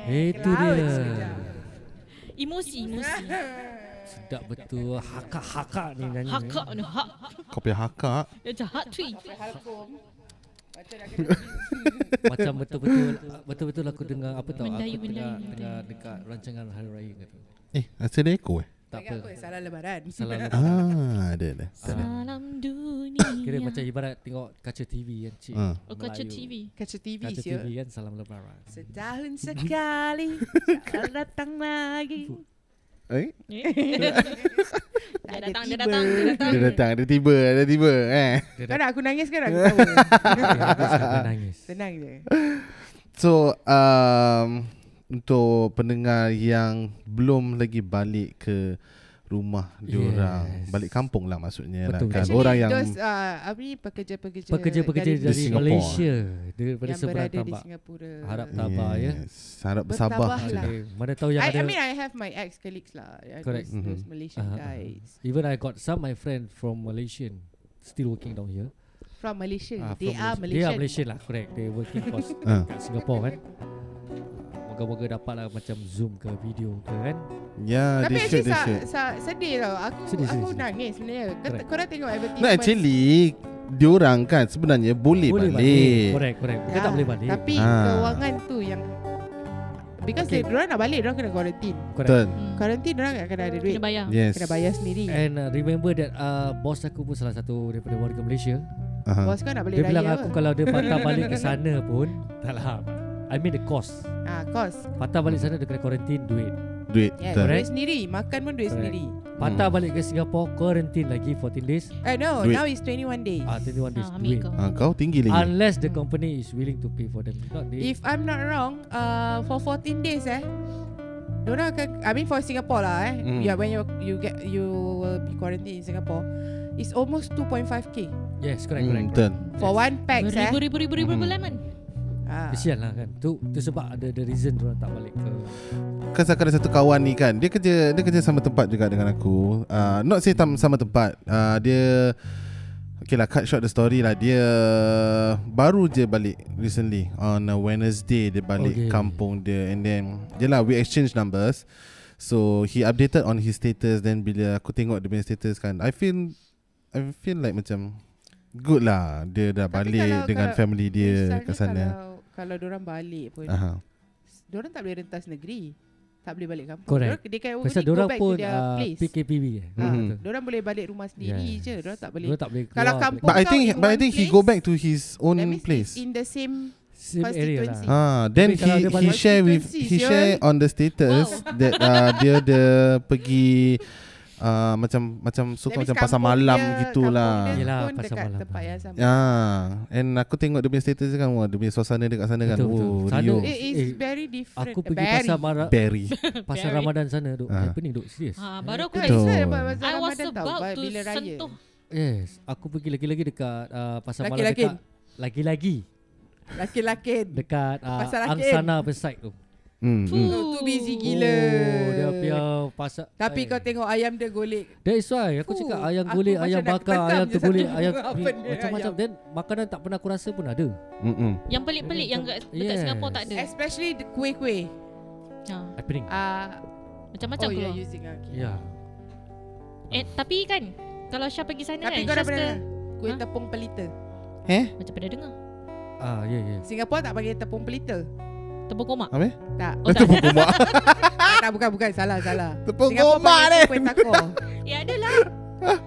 Speaker 5: Itu
Speaker 2: Laut
Speaker 5: dia.
Speaker 2: sekejap.
Speaker 3: Emosi, emosi.
Speaker 5: Sedap betul. Haka-haka ni nyanyi.
Speaker 3: Hakak ni, hak.
Speaker 4: Kopi haka
Speaker 3: Dia macam hak tree.
Speaker 2: Macam nak kena
Speaker 5: Macam betul-betul betul-betul aku dengar apa tau.
Speaker 3: Mendayu,
Speaker 5: aku tengah,
Speaker 3: mendayu.
Speaker 5: tengah dekat rancangan hari raya kata.
Speaker 4: Eh rasa dia echo eh
Speaker 5: Tak
Speaker 2: Ingat
Speaker 5: apa.
Speaker 2: apa? Salah lebaran.
Speaker 5: Salah lepas.
Speaker 4: Ah ada ada
Speaker 3: Salam dunia.
Speaker 5: Kira macam ibarat tengok kaca TV kan cik.
Speaker 4: Ah.
Speaker 3: Oh, kaca
Speaker 5: Melayu.
Speaker 3: TV.
Speaker 2: Ya. Kaca TV
Speaker 5: Kaca
Speaker 2: sia.
Speaker 5: TV kan salam lebaran.
Speaker 2: Setahun sekali tak datang lagi.
Speaker 4: Eh
Speaker 3: Eh,
Speaker 2: Tak ada
Speaker 3: Dia datang,
Speaker 2: tiba.
Speaker 3: dia datang, dia datang.
Speaker 4: dia datang dia tiba dia tiba eh
Speaker 5: Dia
Speaker 2: Kau
Speaker 5: dah
Speaker 2: nak aku nangis kan aku tahu.
Speaker 5: nangis.
Speaker 2: Tenang je.
Speaker 4: So um, Untuk pendengar yang Belum lagi balik ke Rumah diorang
Speaker 5: Yes.
Speaker 4: Balik kampung lah maksudnya
Speaker 5: Betul.
Speaker 4: lah, kan?
Speaker 2: Actually,
Speaker 4: Orang yang
Speaker 2: those, uh, apa ni pekerja-pekerja
Speaker 5: Pekerja-pekerja
Speaker 2: dari-
Speaker 5: dari
Speaker 4: Singapore.
Speaker 5: Malaysia daripada
Speaker 2: yang
Speaker 5: seberang
Speaker 2: berada di
Speaker 5: tambak.
Speaker 2: Singapura.
Speaker 5: Harap tabah ya.
Speaker 4: Harap
Speaker 2: Bertabah
Speaker 4: bersabar
Speaker 2: lah.
Speaker 4: je.
Speaker 5: Okay. Mana tahu yang
Speaker 2: I,
Speaker 5: ada.
Speaker 2: I mean I have my ex colleagues lah. uh,
Speaker 5: Correct.
Speaker 2: Those, those
Speaker 4: Mhm.
Speaker 2: Malaysian
Speaker 5: Ah, ah, ah.
Speaker 2: guys
Speaker 5: Even I got some my friend from Malaysian still working down here.
Speaker 2: from Malaysia.
Speaker 5: Ah,
Speaker 2: they
Speaker 5: from
Speaker 2: are
Speaker 5: Malaysia. They
Speaker 2: Malaysian.
Speaker 5: are Malaysian lah, correct. They working for s-
Speaker 4: Ah.
Speaker 5: kat Singapore kan. Moga-moga dapat lah macam Zoom ke video ke kan.
Speaker 4: Ya
Speaker 2: Tapi
Speaker 4: they should
Speaker 2: actually
Speaker 4: they
Speaker 2: sa, sa,
Speaker 4: should
Speaker 2: sedih tau. Aku
Speaker 5: Sedih,
Speaker 2: aku
Speaker 5: sedih,
Speaker 2: nangis sebenarnya. Kau,
Speaker 5: Correct.
Speaker 2: korang tengok advertisement.
Speaker 4: No actually Diorang kan sebenarnya boleh, balik,
Speaker 5: Correct, correct. Bukan
Speaker 2: Ya,
Speaker 5: tak boleh balik.
Speaker 2: Tapi
Speaker 4: Ah.
Speaker 2: kewangan tu yang Because
Speaker 5: Okay.
Speaker 2: okay. they, nak balik, dorang kena quarantine.
Speaker 4: Betul
Speaker 3: Hmm.
Speaker 2: Quarantine dorang tak kena ada duit.
Speaker 3: Kena bayar.
Speaker 4: Yes
Speaker 2: Kena bayar sendiri.
Speaker 5: And uh, remember that uh, bos aku pun salah satu daripada warga Malaysia.
Speaker 4: Aha.
Speaker 2: Bos kau nak balik
Speaker 5: Dia bilang
Speaker 2: raya
Speaker 5: aku
Speaker 2: apa?
Speaker 5: kalau dia patah balik ke sana pun taklah. I mean the cost.
Speaker 2: Ah, kos.
Speaker 5: Patah balik sana dia kena quarantine duit.
Speaker 4: Duit
Speaker 2: Yeah,
Speaker 4: betul.
Speaker 2: duit sendiri. Makan pun duit
Speaker 5: Correct.
Speaker 2: sendiri.
Speaker 5: Patah
Speaker 4: Hmm.
Speaker 5: balik ke Singapore quarantine lagi 14 days.
Speaker 2: Eh no,
Speaker 4: Duit.
Speaker 2: now is 21 days.
Speaker 5: Ah 21 days
Speaker 3: Ah, ambil
Speaker 5: duit.
Speaker 3: kau.
Speaker 4: Ah, Kau tinggi lagi
Speaker 5: Unless the company is willing to pay for them. If Not they,
Speaker 2: If I'm not wrong, uh, for 14 days eh, Diorang akan I mean for Singapore lah eh
Speaker 5: Hmm.
Speaker 4: Mm.
Speaker 2: yeah, When you you get You will be quarantined in Singapore It's almost 2.5k
Speaker 5: yes, correct, correct.
Speaker 4: Hmm,
Speaker 5: correct.
Speaker 4: Betul
Speaker 2: For
Speaker 5: Yes.
Speaker 2: one pax eh
Speaker 3: Beribu-ribu-ribu
Speaker 5: Hmm.
Speaker 4: Mhm.
Speaker 3: bulan man.
Speaker 2: Ah.
Speaker 5: Kesian lah kan. Tu tu sebab ada the reason orang tak balik ke.
Speaker 4: Kan aku ada satu kawan ni kan Dia kerja Dia kerja sama tempat juga dengan aku uh, Not say tam, sama tempat uh, Dia Okay lah cut short the story lah Dia Baru je balik Recently On a Wednesday Dia balik
Speaker 5: Okay.
Speaker 4: okay. kampung dia And then Yelah we exchange numbers So he updated on his status Then bila aku tengok dia punya status kan I feel I feel like macam Good lah Dia dah
Speaker 2: Tapi
Speaker 4: balik
Speaker 2: kalau-
Speaker 4: Dengan
Speaker 2: kalau-
Speaker 4: family dia
Speaker 2: Misalnya
Speaker 4: Kat sana
Speaker 2: Kalau, kalau diorang balik pun
Speaker 4: Aha.
Speaker 2: Diorang tak boleh rentas negeri Tak boleh balik kampung
Speaker 5: Correct.
Speaker 2: Diorang, They can kan only
Speaker 5: Pasal
Speaker 2: Oh, go
Speaker 5: diorang
Speaker 2: back
Speaker 5: pun
Speaker 2: to their
Speaker 5: uh,
Speaker 2: place
Speaker 5: PKPB eh.
Speaker 2: Ah,
Speaker 4: Mhm.
Speaker 5: Betul.
Speaker 2: Diorang boleh balik rumah sendiri
Speaker 5: Yes.
Speaker 2: je Diorang tak boleh
Speaker 5: Diorang tak boleh keluar.
Speaker 2: Kalau
Speaker 5: balik.
Speaker 2: kampung-
Speaker 4: But I
Speaker 2: kau
Speaker 4: think
Speaker 2: in
Speaker 4: But I
Speaker 2: one
Speaker 4: think he
Speaker 2: place,
Speaker 4: go back to his own
Speaker 2: That means it's
Speaker 4: place
Speaker 2: In the same
Speaker 5: same area lah.
Speaker 2: constituency.
Speaker 4: Ah, then
Speaker 5: Tapi kalau
Speaker 4: he
Speaker 5: dia
Speaker 4: he
Speaker 5: balik-
Speaker 4: share with
Speaker 2: Constituency,
Speaker 4: he
Speaker 2: sial.
Speaker 4: share on the status
Speaker 3: Wow.
Speaker 4: that uh, dia dia pergi uh, macam macam
Speaker 2: That
Speaker 4: suka
Speaker 2: means
Speaker 4: macam pasar
Speaker 2: kampung
Speaker 4: malam lah.
Speaker 2: dia- kampung
Speaker 4: gitulah.
Speaker 2: dia
Speaker 5: Yelah,
Speaker 2: pun
Speaker 5: pasar
Speaker 2: dekat
Speaker 5: malam.
Speaker 2: Tempat yang sama.
Speaker 4: Ah, and aku tengok dia punya status dia kan, wah dia punya suasana dekat sana kan.
Speaker 5: Betul, betul.
Speaker 4: Oh,
Speaker 5: Sana-
Speaker 4: Rio.
Speaker 2: It is
Speaker 5: Eh,
Speaker 2: very different.
Speaker 5: Aku pergi
Speaker 2: very.
Speaker 5: pasar Mara, eh,
Speaker 4: Berry.
Speaker 5: pasar
Speaker 3: Very.
Speaker 5: Ramadan sana duk.
Speaker 4: Eh, Ah.
Speaker 5: Happening duk serius.
Speaker 3: Ha, baru aku
Speaker 2: Betul. It's
Speaker 4: Betul.
Speaker 2: not about pasar
Speaker 3: I was
Speaker 2: Ramadan tau,
Speaker 3: about
Speaker 2: but
Speaker 3: to
Speaker 2: bila raya.
Speaker 3: sentuh.
Speaker 5: Yes, aku pergi lagi-lagi dekat uh, pasar malam
Speaker 2: Laki-laki.
Speaker 5: dekat lagi-lagi
Speaker 2: Laki-laki.
Speaker 5: dekat uh,
Speaker 2: Pasar Lakin.
Speaker 5: Angsana Beside tu.
Speaker 4: Hmm. hmm.
Speaker 2: Oh, tu busy gila.
Speaker 5: Oh, dia punya pasar. eh.
Speaker 2: Tapi kau tengok ayam dia golek.
Speaker 5: That's why aku
Speaker 2: Fuh,
Speaker 5: cakap ayam
Speaker 2: aku
Speaker 5: golek,
Speaker 2: macam
Speaker 5: ayam
Speaker 2: nak
Speaker 5: bakar,
Speaker 2: ketekam
Speaker 5: ayam
Speaker 2: je
Speaker 5: tergolek,
Speaker 2: satu
Speaker 5: ayam
Speaker 2: apa ni,
Speaker 5: macam-macam
Speaker 2: ayam.
Speaker 5: then makanan tak pernah aku rasa pun ada.
Speaker 4: Hmm. hmm.
Speaker 3: Yang pelik-pelik yang kat- dekat
Speaker 5: Yes.
Speaker 3: Singapore tak
Speaker 5: Eh.
Speaker 3: ada.
Speaker 2: Especially the kuih-kuih.
Speaker 3: Ha,
Speaker 5: Happening.
Speaker 2: Ah,
Speaker 3: Macam-macam
Speaker 2: oh,
Speaker 3: keluar.
Speaker 2: you're using okay.
Speaker 5: Ya.
Speaker 3: Eh, tapi kan kalau Syah pergi sana
Speaker 2: Tapi
Speaker 3: kan,
Speaker 2: kau dah
Speaker 3: Syah
Speaker 2: pernah
Speaker 3: suka-
Speaker 2: kuih
Speaker 3: Ha?
Speaker 2: tepung pelita.
Speaker 3: macam pernah dengar.
Speaker 5: Ah, ya ya.
Speaker 2: Singapura tak panggil tepung pelita.
Speaker 3: Tepung komak.
Speaker 4: Apa?
Speaker 2: Tak.
Speaker 3: Oh, tak.
Speaker 4: Tepung gomak.
Speaker 2: tak, tak, bukan bukan salah salah.
Speaker 4: Tepung
Speaker 2: Singapura
Speaker 4: gomak ni.
Speaker 2: panggil kuih takor.
Speaker 3: Ya adalah.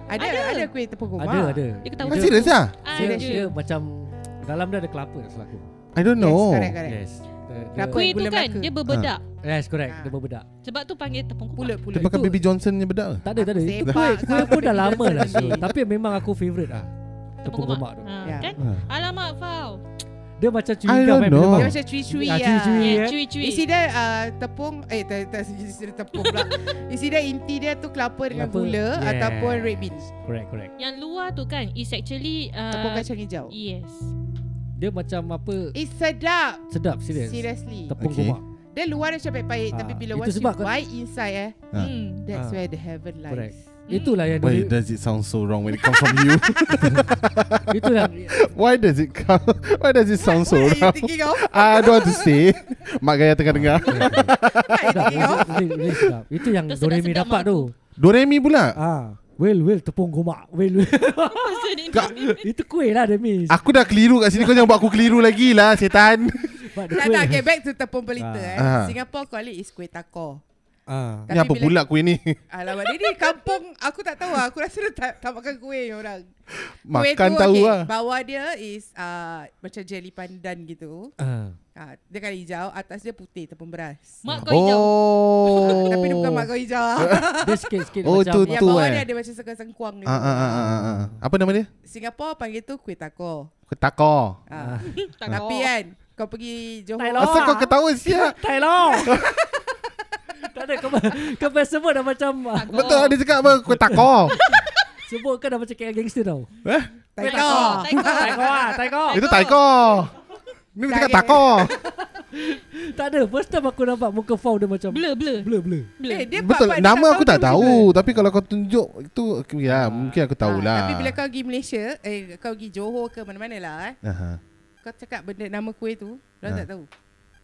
Speaker 2: Ada ada,
Speaker 3: Ada.
Speaker 2: kuih tepung gomak.
Speaker 5: Ada ada.
Speaker 3: Dia ketawa.
Speaker 4: Masih serius ah?
Speaker 5: Dia,
Speaker 2: Serious.
Speaker 5: dia macam dalam dia ada kelapa tak salah aku.
Speaker 4: I don't know.
Speaker 2: Yes, correct, correct.
Speaker 5: Yes. Dia, dia,
Speaker 2: Kelapa.
Speaker 3: Kuih tu
Speaker 2: Gula
Speaker 3: kan
Speaker 2: Melaka.
Speaker 3: dia berbedak.
Speaker 5: yes, correct.
Speaker 2: Ah.
Speaker 5: Dia berbedak.
Speaker 3: Sebab tu panggil tepung komak.
Speaker 2: Pulut
Speaker 4: Dia
Speaker 2: pulut.
Speaker 4: makan
Speaker 5: Itu-
Speaker 4: Baby Johnson punya bedak ke?
Speaker 5: Tak ada, tak ada.
Speaker 2: Sepak
Speaker 5: Itu kuih, kuih
Speaker 2: kau
Speaker 5: pun dah
Speaker 2: pergi
Speaker 5: lama dah.
Speaker 2: sendiri.
Speaker 5: Syul. Tapi memang aku favourite lah. Tepung gomak tu.
Speaker 3: Ha,
Speaker 2: Ya.
Speaker 3: kan?
Speaker 4: Ah.
Speaker 3: Alamak Fau.
Speaker 5: Dia macam
Speaker 4: I
Speaker 5: chewing gum.
Speaker 4: don't
Speaker 5: eh,
Speaker 4: know.
Speaker 5: memang.
Speaker 2: Dia macam cui-cui
Speaker 5: Ah,
Speaker 2: ah.
Speaker 5: cui-cui.
Speaker 3: Yeah,
Speaker 5: eh.
Speaker 3: cui-cui.
Speaker 2: Isi dia uh, tepung eh tak tak isi dia tepung pula. isi dia inti dia tu kelapa dengan
Speaker 5: Kelapa.
Speaker 2: gula
Speaker 5: Yes.
Speaker 2: ataupun red beans.
Speaker 5: Correct, correct.
Speaker 3: Yang luar tu kan is actually
Speaker 5: Ah.
Speaker 2: Tepung
Speaker 3: uh,
Speaker 2: kacang hijau.
Speaker 3: yes.
Speaker 5: Dia macam apa,
Speaker 2: It's sedap.
Speaker 5: sedap, serius.
Speaker 2: Seriously.
Speaker 5: Tepung
Speaker 4: Okay.
Speaker 5: gomak.
Speaker 2: Dia luar dia macam pahit-pahit
Speaker 5: Ah,
Speaker 2: tapi bila
Speaker 5: itu
Speaker 2: once you
Speaker 5: sebab kau-
Speaker 2: bite inside eh
Speaker 4: Ah.
Speaker 3: Hmm.
Speaker 2: that's
Speaker 5: Ah.
Speaker 2: where the heaven lies.
Speaker 5: Correct. Itulah yang dulu
Speaker 4: Why does it sound so wrong when it comes from you?
Speaker 5: Itu yang
Speaker 4: Why does it come? Why does it sound so
Speaker 2: What are you
Speaker 4: wrong?
Speaker 2: thinking of?
Speaker 4: I don't want to say. Mak Gaya tengah dengar.
Speaker 5: Tak, boleh- boleh sedap. Itu yang
Speaker 3: Dah
Speaker 5: Doremi
Speaker 3: sedap-sedap
Speaker 5: dapat
Speaker 3: mak
Speaker 5: tu
Speaker 4: Doremi pula.
Speaker 5: Ah, Will Will tepung gomak Will Will
Speaker 3: Pasal ni
Speaker 5: Itu kuih lah Demi
Speaker 4: Aku dah keliru kat sini Kau jangan buat aku keliru lagi lah Setan
Speaker 5: But the
Speaker 2: Tak
Speaker 5: kuih
Speaker 2: tak okay, back to tepung pelita eh.
Speaker 4: Ah.
Speaker 2: Singapore call it is kuih takor.
Speaker 5: ah.
Speaker 4: Ni apa pula kuih ni
Speaker 2: Alamak dia ni kampung Aku tak tahu lah. Aku rasa dia tak, tak makan kuih ni orang Kuih
Speaker 4: Makan
Speaker 2: tu,
Speaker 4: tahu
Speaker 2: okay,
Speaker 4: lah
Speaker 2: Bawah dia is uh, Macam jelly pandan gitu
Speaker 5: Ah.
Speaker 2: uh, Dia kan hijau Atas dia putih tepung beras
Speaker 3: Mak kau hijau
Speaker 4: Oh
Speaker 2: Tapi dia bukan mak kau hijau lah.
Speaker 5: Dia sikit-sikit
Speaker 4: Oh,
Speaker 5: macam
Speaker 4: tu-
Speaker 2: Yang
Speaker 4: Betul,
Speaker 2: bawah
Speaker 4: eh?
Speaker 2: dia ada macam sengkang-sengkuang
Speaker 4: Ah, ah, ah, ah, ah, ah. Apa nama dia?
Speaker 2: Singapore panggil tu kuih takor
Speaker 4: Ketakor
Speaker 2: uh,
Speaker 3: Tak
Speaker 2: Tapi
Speaker 3: kau.
Speaker 2: kan Kau pergi Johor
Speaker 5: Thailand.
Speaker 4: Asal kau ketawa siap
Speaker 5: Tai long Tak ada kau, kau pernah sebut dah macam ah,
Speaker 3: Tak
Speaker 4: Betul
Speaker 3: kau.
Speaker 4: dia cakap apa Ketakor
Speaker 5: Sebut kau dah macam kayak gangster tau
Speaker 4: Eh?
Speaker 2: Takor
Speaker 3: Tak kau.
Speaker 5: Tai kau lah Tai kau
Speaker 4: Itu taikor Ni cakap
Speaker 2: Jangan.
Speaker 4: takor
Speaker 5: Tak ada First time aku nampak muka Fau dia macam
Speaker 3: Blur blur
Speaker 5: Blur blur
Speaker 3: blur.
Speaker 2: Eh, dia
Speaker 4: Betul
Speaker 2: part-part
Speaker 4: Nama
Speaker 2: dia
Speaker 4: aku tak tahu Tapi kalau kau tunjuk Itu okay lah Mungkin aku
Speaker 2: Ah,
Speaker 4: tahulah
Speaker 2: Tapi bila kau pergi Malaysia Eh kau pergi Johor ke mana-mana lah eh
Speaker 4: Aha.
Speaker 2: Kau cakap benda nama kuih tu Diorang
Speaker 4: Ah.
Speaker 2: tak tahu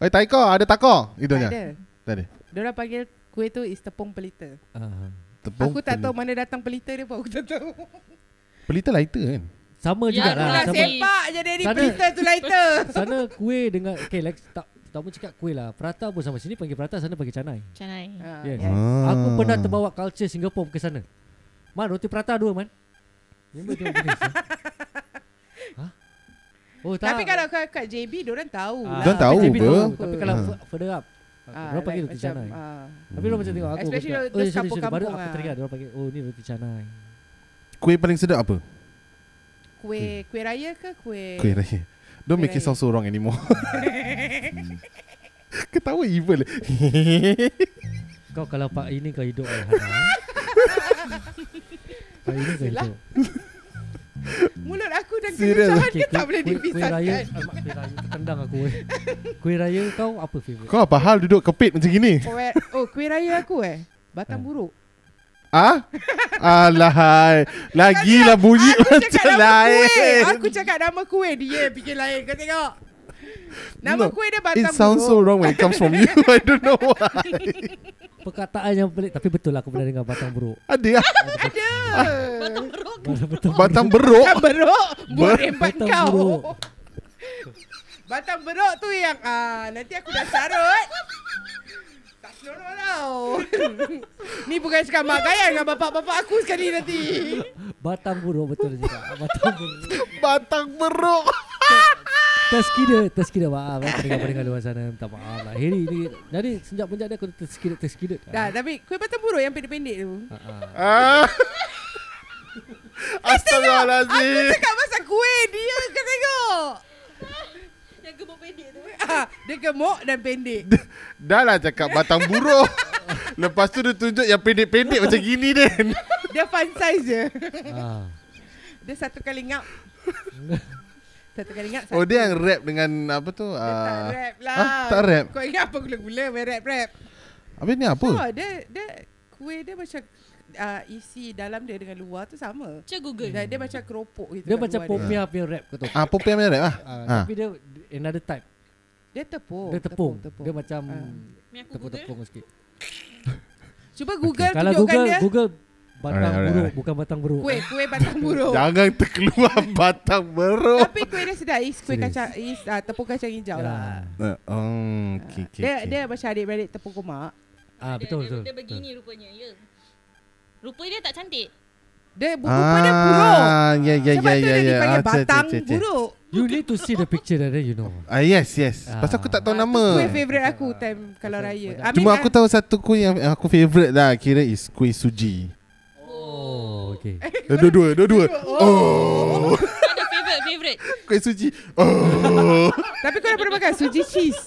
Speaker 4: Eh taikor Ada takor Itu
Speaker 2: Tak
Speaker 4: je
Speaker 2: ada
Speaker 4: Tak ada
Speaker 2: Diorang panggil kuih tu is tepung pelita
Speaker 5: ah.
Speaker 4: Tepung
Speaker 2: Aku tak
Speaker 4: peli-
Speaker 2: tahu mana datang pelita dia pun aku tak tahu
Speaker 4: Pelita lighter kan
Speaker 5: Sama
Speaker 3: Ya,
Speaker 5: jugalah
Speaker 3: itulah,
Speaker 2: Lah
Speaker 5: Ah, sama,
Speaker 3: same.
Speaker 2: sepak je dari
Speaker 5: Sana-
Speaker 2: pelita tu lighter
Speaker 5: Sana kuih dengan Okay like Tak tak mau cakap kuih lah Prata pun sama Sini panggil prata Sana panggil canai
Speaker 3: Macam lain.
Speaker 2: Ah,
Speaker 5: Yes.
Speaker 2: yes.
Speaker 4: Ah.
Speaker 5: Aku pernah terbawa culture Singapore ke sana Man roti prata dua man Remember tu Ha? Oh tak
Speaker 2: Tapi kalau kau kat JB Diorang tahu
Speaker 5: Ah,
Speaker 4: Diorang tahu
Speaker 5: tapi
Speaker 4: apa.
Speaker 5: Tapi kalau
Speaker 4: Ah.
Speaker 5: fu- further up
Speaker 2: Ah,
Speaker 5: Orang panggil roti
Speaker 2: macam,
Speaker 5: canai
Speaker 2: ah.
Speaker 5: Tapi orang macam tengok aku
Speaker 2: Especially
Speaker 5: aku cakap, "Oh,
Speaker 2: those
Speaker 5: sorry, sorry." Baru
Speaker 2: kampung-kampung
Speaker 5: aku
Speaker 2: ah.
Speaker 5: teriak Dia orang panggil Oh ni roti canai
Speaker 4: Kuih paling sedap apa?
Speaker 2: Kuih Kuih raya ke kuih
Speaker 4: Kuih raya Don't make
Speaker 2: Kuih
Speaker 4: it sound so wrong anymore Ketawa evil
Speaker 5: Kau kalau pak ini kau hidup Alhana Pak ini kau
Speaker 2: Yelah,
Speaker 5: hidup
Speaker 2: Mulut aku dan
Speaker 4: Serious.
Speaker 2: kelucahan
Speaker 5: Okay,
Speaker 2: dia tak boleh
Speaker 5: kuih raya
Speaker 2: dipisahkan
Speaker 5: alamak, Kuih raya Tendang aku eh Kuih raya kau apa favourite?
Speaker 4: Kau apa hal duduk kepit macam gini?
Speaker 2: Kuih- Oh kuih raya aku eh
Speaker 5: Ah.
Speaker 2: Batang buruk
Speaker 4: Ah? Alahai Lagilah lah bunyi
Speaker 2: Aku cakap
Speaker 4: macam
Speaker 2: nama kuih
Speaker 4: lain
Speaker 2: Aku cakap nama kuih Dia fikir lain Kau tengok Nama
Speaker 4: No,
Speaker 2: kuih dia
Speaker 4: It
Speaker 2: batang
Speaker 4: sounds so
Speaker 2: buruk
Speaker 4: wrong when it comes from you I don't know why
Speaker 5: Perkataan yang pelik Tapi betul lah aku pernah dengar batang buruk
Speaker 4: Ada lah
Speaker 2: Batang
Speaker 5: Betul
Speaker 4: Batang beruk
Speaker 2: beruk Buat
Speaker 4: Ber-
Speaker 2: rembat
Speaker 5: Batang
Speaker 2: kau
Speaker 5: buruk.
Speaker 2: Batang beruk tu yang ah, Nanti aku dah sarut Tak senonoh tau Ni bukan cakap mak gaya Dengan bapak-bapak aku sekali nanti
Speaker 5: Batang buruk betul dia cakap Batang buruk
Speaker 4: Batang beruk
Speaker 5: Terskira Terskira maaf eh Pendengar-pendengar luar sana Minta maaf lah Heri ni Jadi sejak-penjak ni aku terskira Terskira
Speaker 2: Dah tapi kuih batang buruk yang pendek-pendek tu Eh,
Speaker 4: ah.
Speaker 2: Aku
Speaker 4: Astagfirullahaladzim
Speaker 2: cakap pasal kuih Dia kau tengok
Speaker 3: Yang gemuk pendek tu.
Speaker 2: ah, Dia gemuk dan pendek
Speaker 4: Dah lah cakap batang buruk Lepas tu dia tunjuk yang pendek-pendek macam gini Den
Speaker 2: Dia fun size je
Speaker 5: ah.
Speaker 2: Dia satu kali ngap Satu kali ngap
Speaker 4: Oh
Speaker 2: satu.
Speaker 4: dia yang rap dengan apa tu
Speaker 2: Dia tak
Speaker 4: ah.
Speaker 2: rap lah
Speaker 4: Ah, tak rap?
Speaker 2: Kau ingat apa gula-gula Main rap-rap
Speaker 4: Habis ni apa?
Speaker 2: Oh dia, dia Kuih dia macam uh, Isi dalam dia dengan luar tu sama
Speaker 3: Cik Google.
Speaker 2: dia, dia kan macam keropok gitu
Speaker 5: Dia
Speaker 2: kat
Speaker 5: macam
Speaker 2: luar
Speaker 5: Popia punya rap kau tahu
Speaker 4: Ah, Popeye punya rap lah
Speaker 5: Ah,
Speaker 4: Ah.
Speaker 5: Tapi dia another type.
Speaker 2: Dia Oh, tepung
Speaker 5: dia tepung. Dia macam
Speaker 2: Ah.
Speaker 3: Ni aku Google.
Speaker 5: tepung-tepung sikit.
Speaker 2: Cuba Google
Speaker 5: Kalau
Speaker 2: tunjukkan
Speaker 5: Google
Speaker 2: dia
Speaker 5: Google batang
Speaker 4: Alright, alright,
Speaker 5: buruk
Speaker 4: alright.
Speaker 5: bukan batang buruk.
Speaker 2: Kuih Kuih batang buruk
Speaker 4: Jangan terkeluar batang beruk
Speaker 2: Tapi kuih dia sedap Is kuih
Speaker 5: Serius.
Speaker 2: kacang Is uh, tepung kacang hijau lah
Speaker 5: Ya.
Speaker 4: Ah, oh, okay, okay,
Speaker 2: dia,
Speaker 4: okay.
Speaker 2: dia macam adik-beradik tepung komak
Speaker 5: Ah betul betul.
Speaker 3: dia, Dia, dia kan, begini rupanya. Ya. Rupa dia tak cantik.
Speaker 2: Dia bu- rupa dia buruk
Speaker 4: Ah, Ya, ya,
Speaker 2: Sebab
Speaker 4: ya,
Speaker 2: tu
Speaker 4: ya,
Speaker 2: dia
Speaker 4: ya.
Speaker 2: dipanggil
Speaker 4: Ah, cek, cek,
Speaker 2: batang
Speaker 4: cek, cek.
Speaker 2: buruk
Speaker 5: You need to see the picture there you know.
Speaker 4: Ah, yes, yes.
Speaker 5: Ah.
Speaker 4: Pasal aku tak tahu
Speaker 2: Ah, tu
Speaker 4: nama.
Speaker 2: Kuih favourite aku time kalau raya. I mean,
Speaker 4: Cuma
Speaker 2: ah,
Speaker 4: aku tahu satu kuih yang aku favourite lah. Kira is kuih suji.
Speaker 5: Oh okay.
Speaker 2: Eh,
Speaker 4: Dua-dua, dua-dua. Oh,
Speaker 3: Tak ada favourite favourite.
Speaker 4: kuih suji. Oh.
Speaker 2: Tapi kau dah pernah makan suji cheese.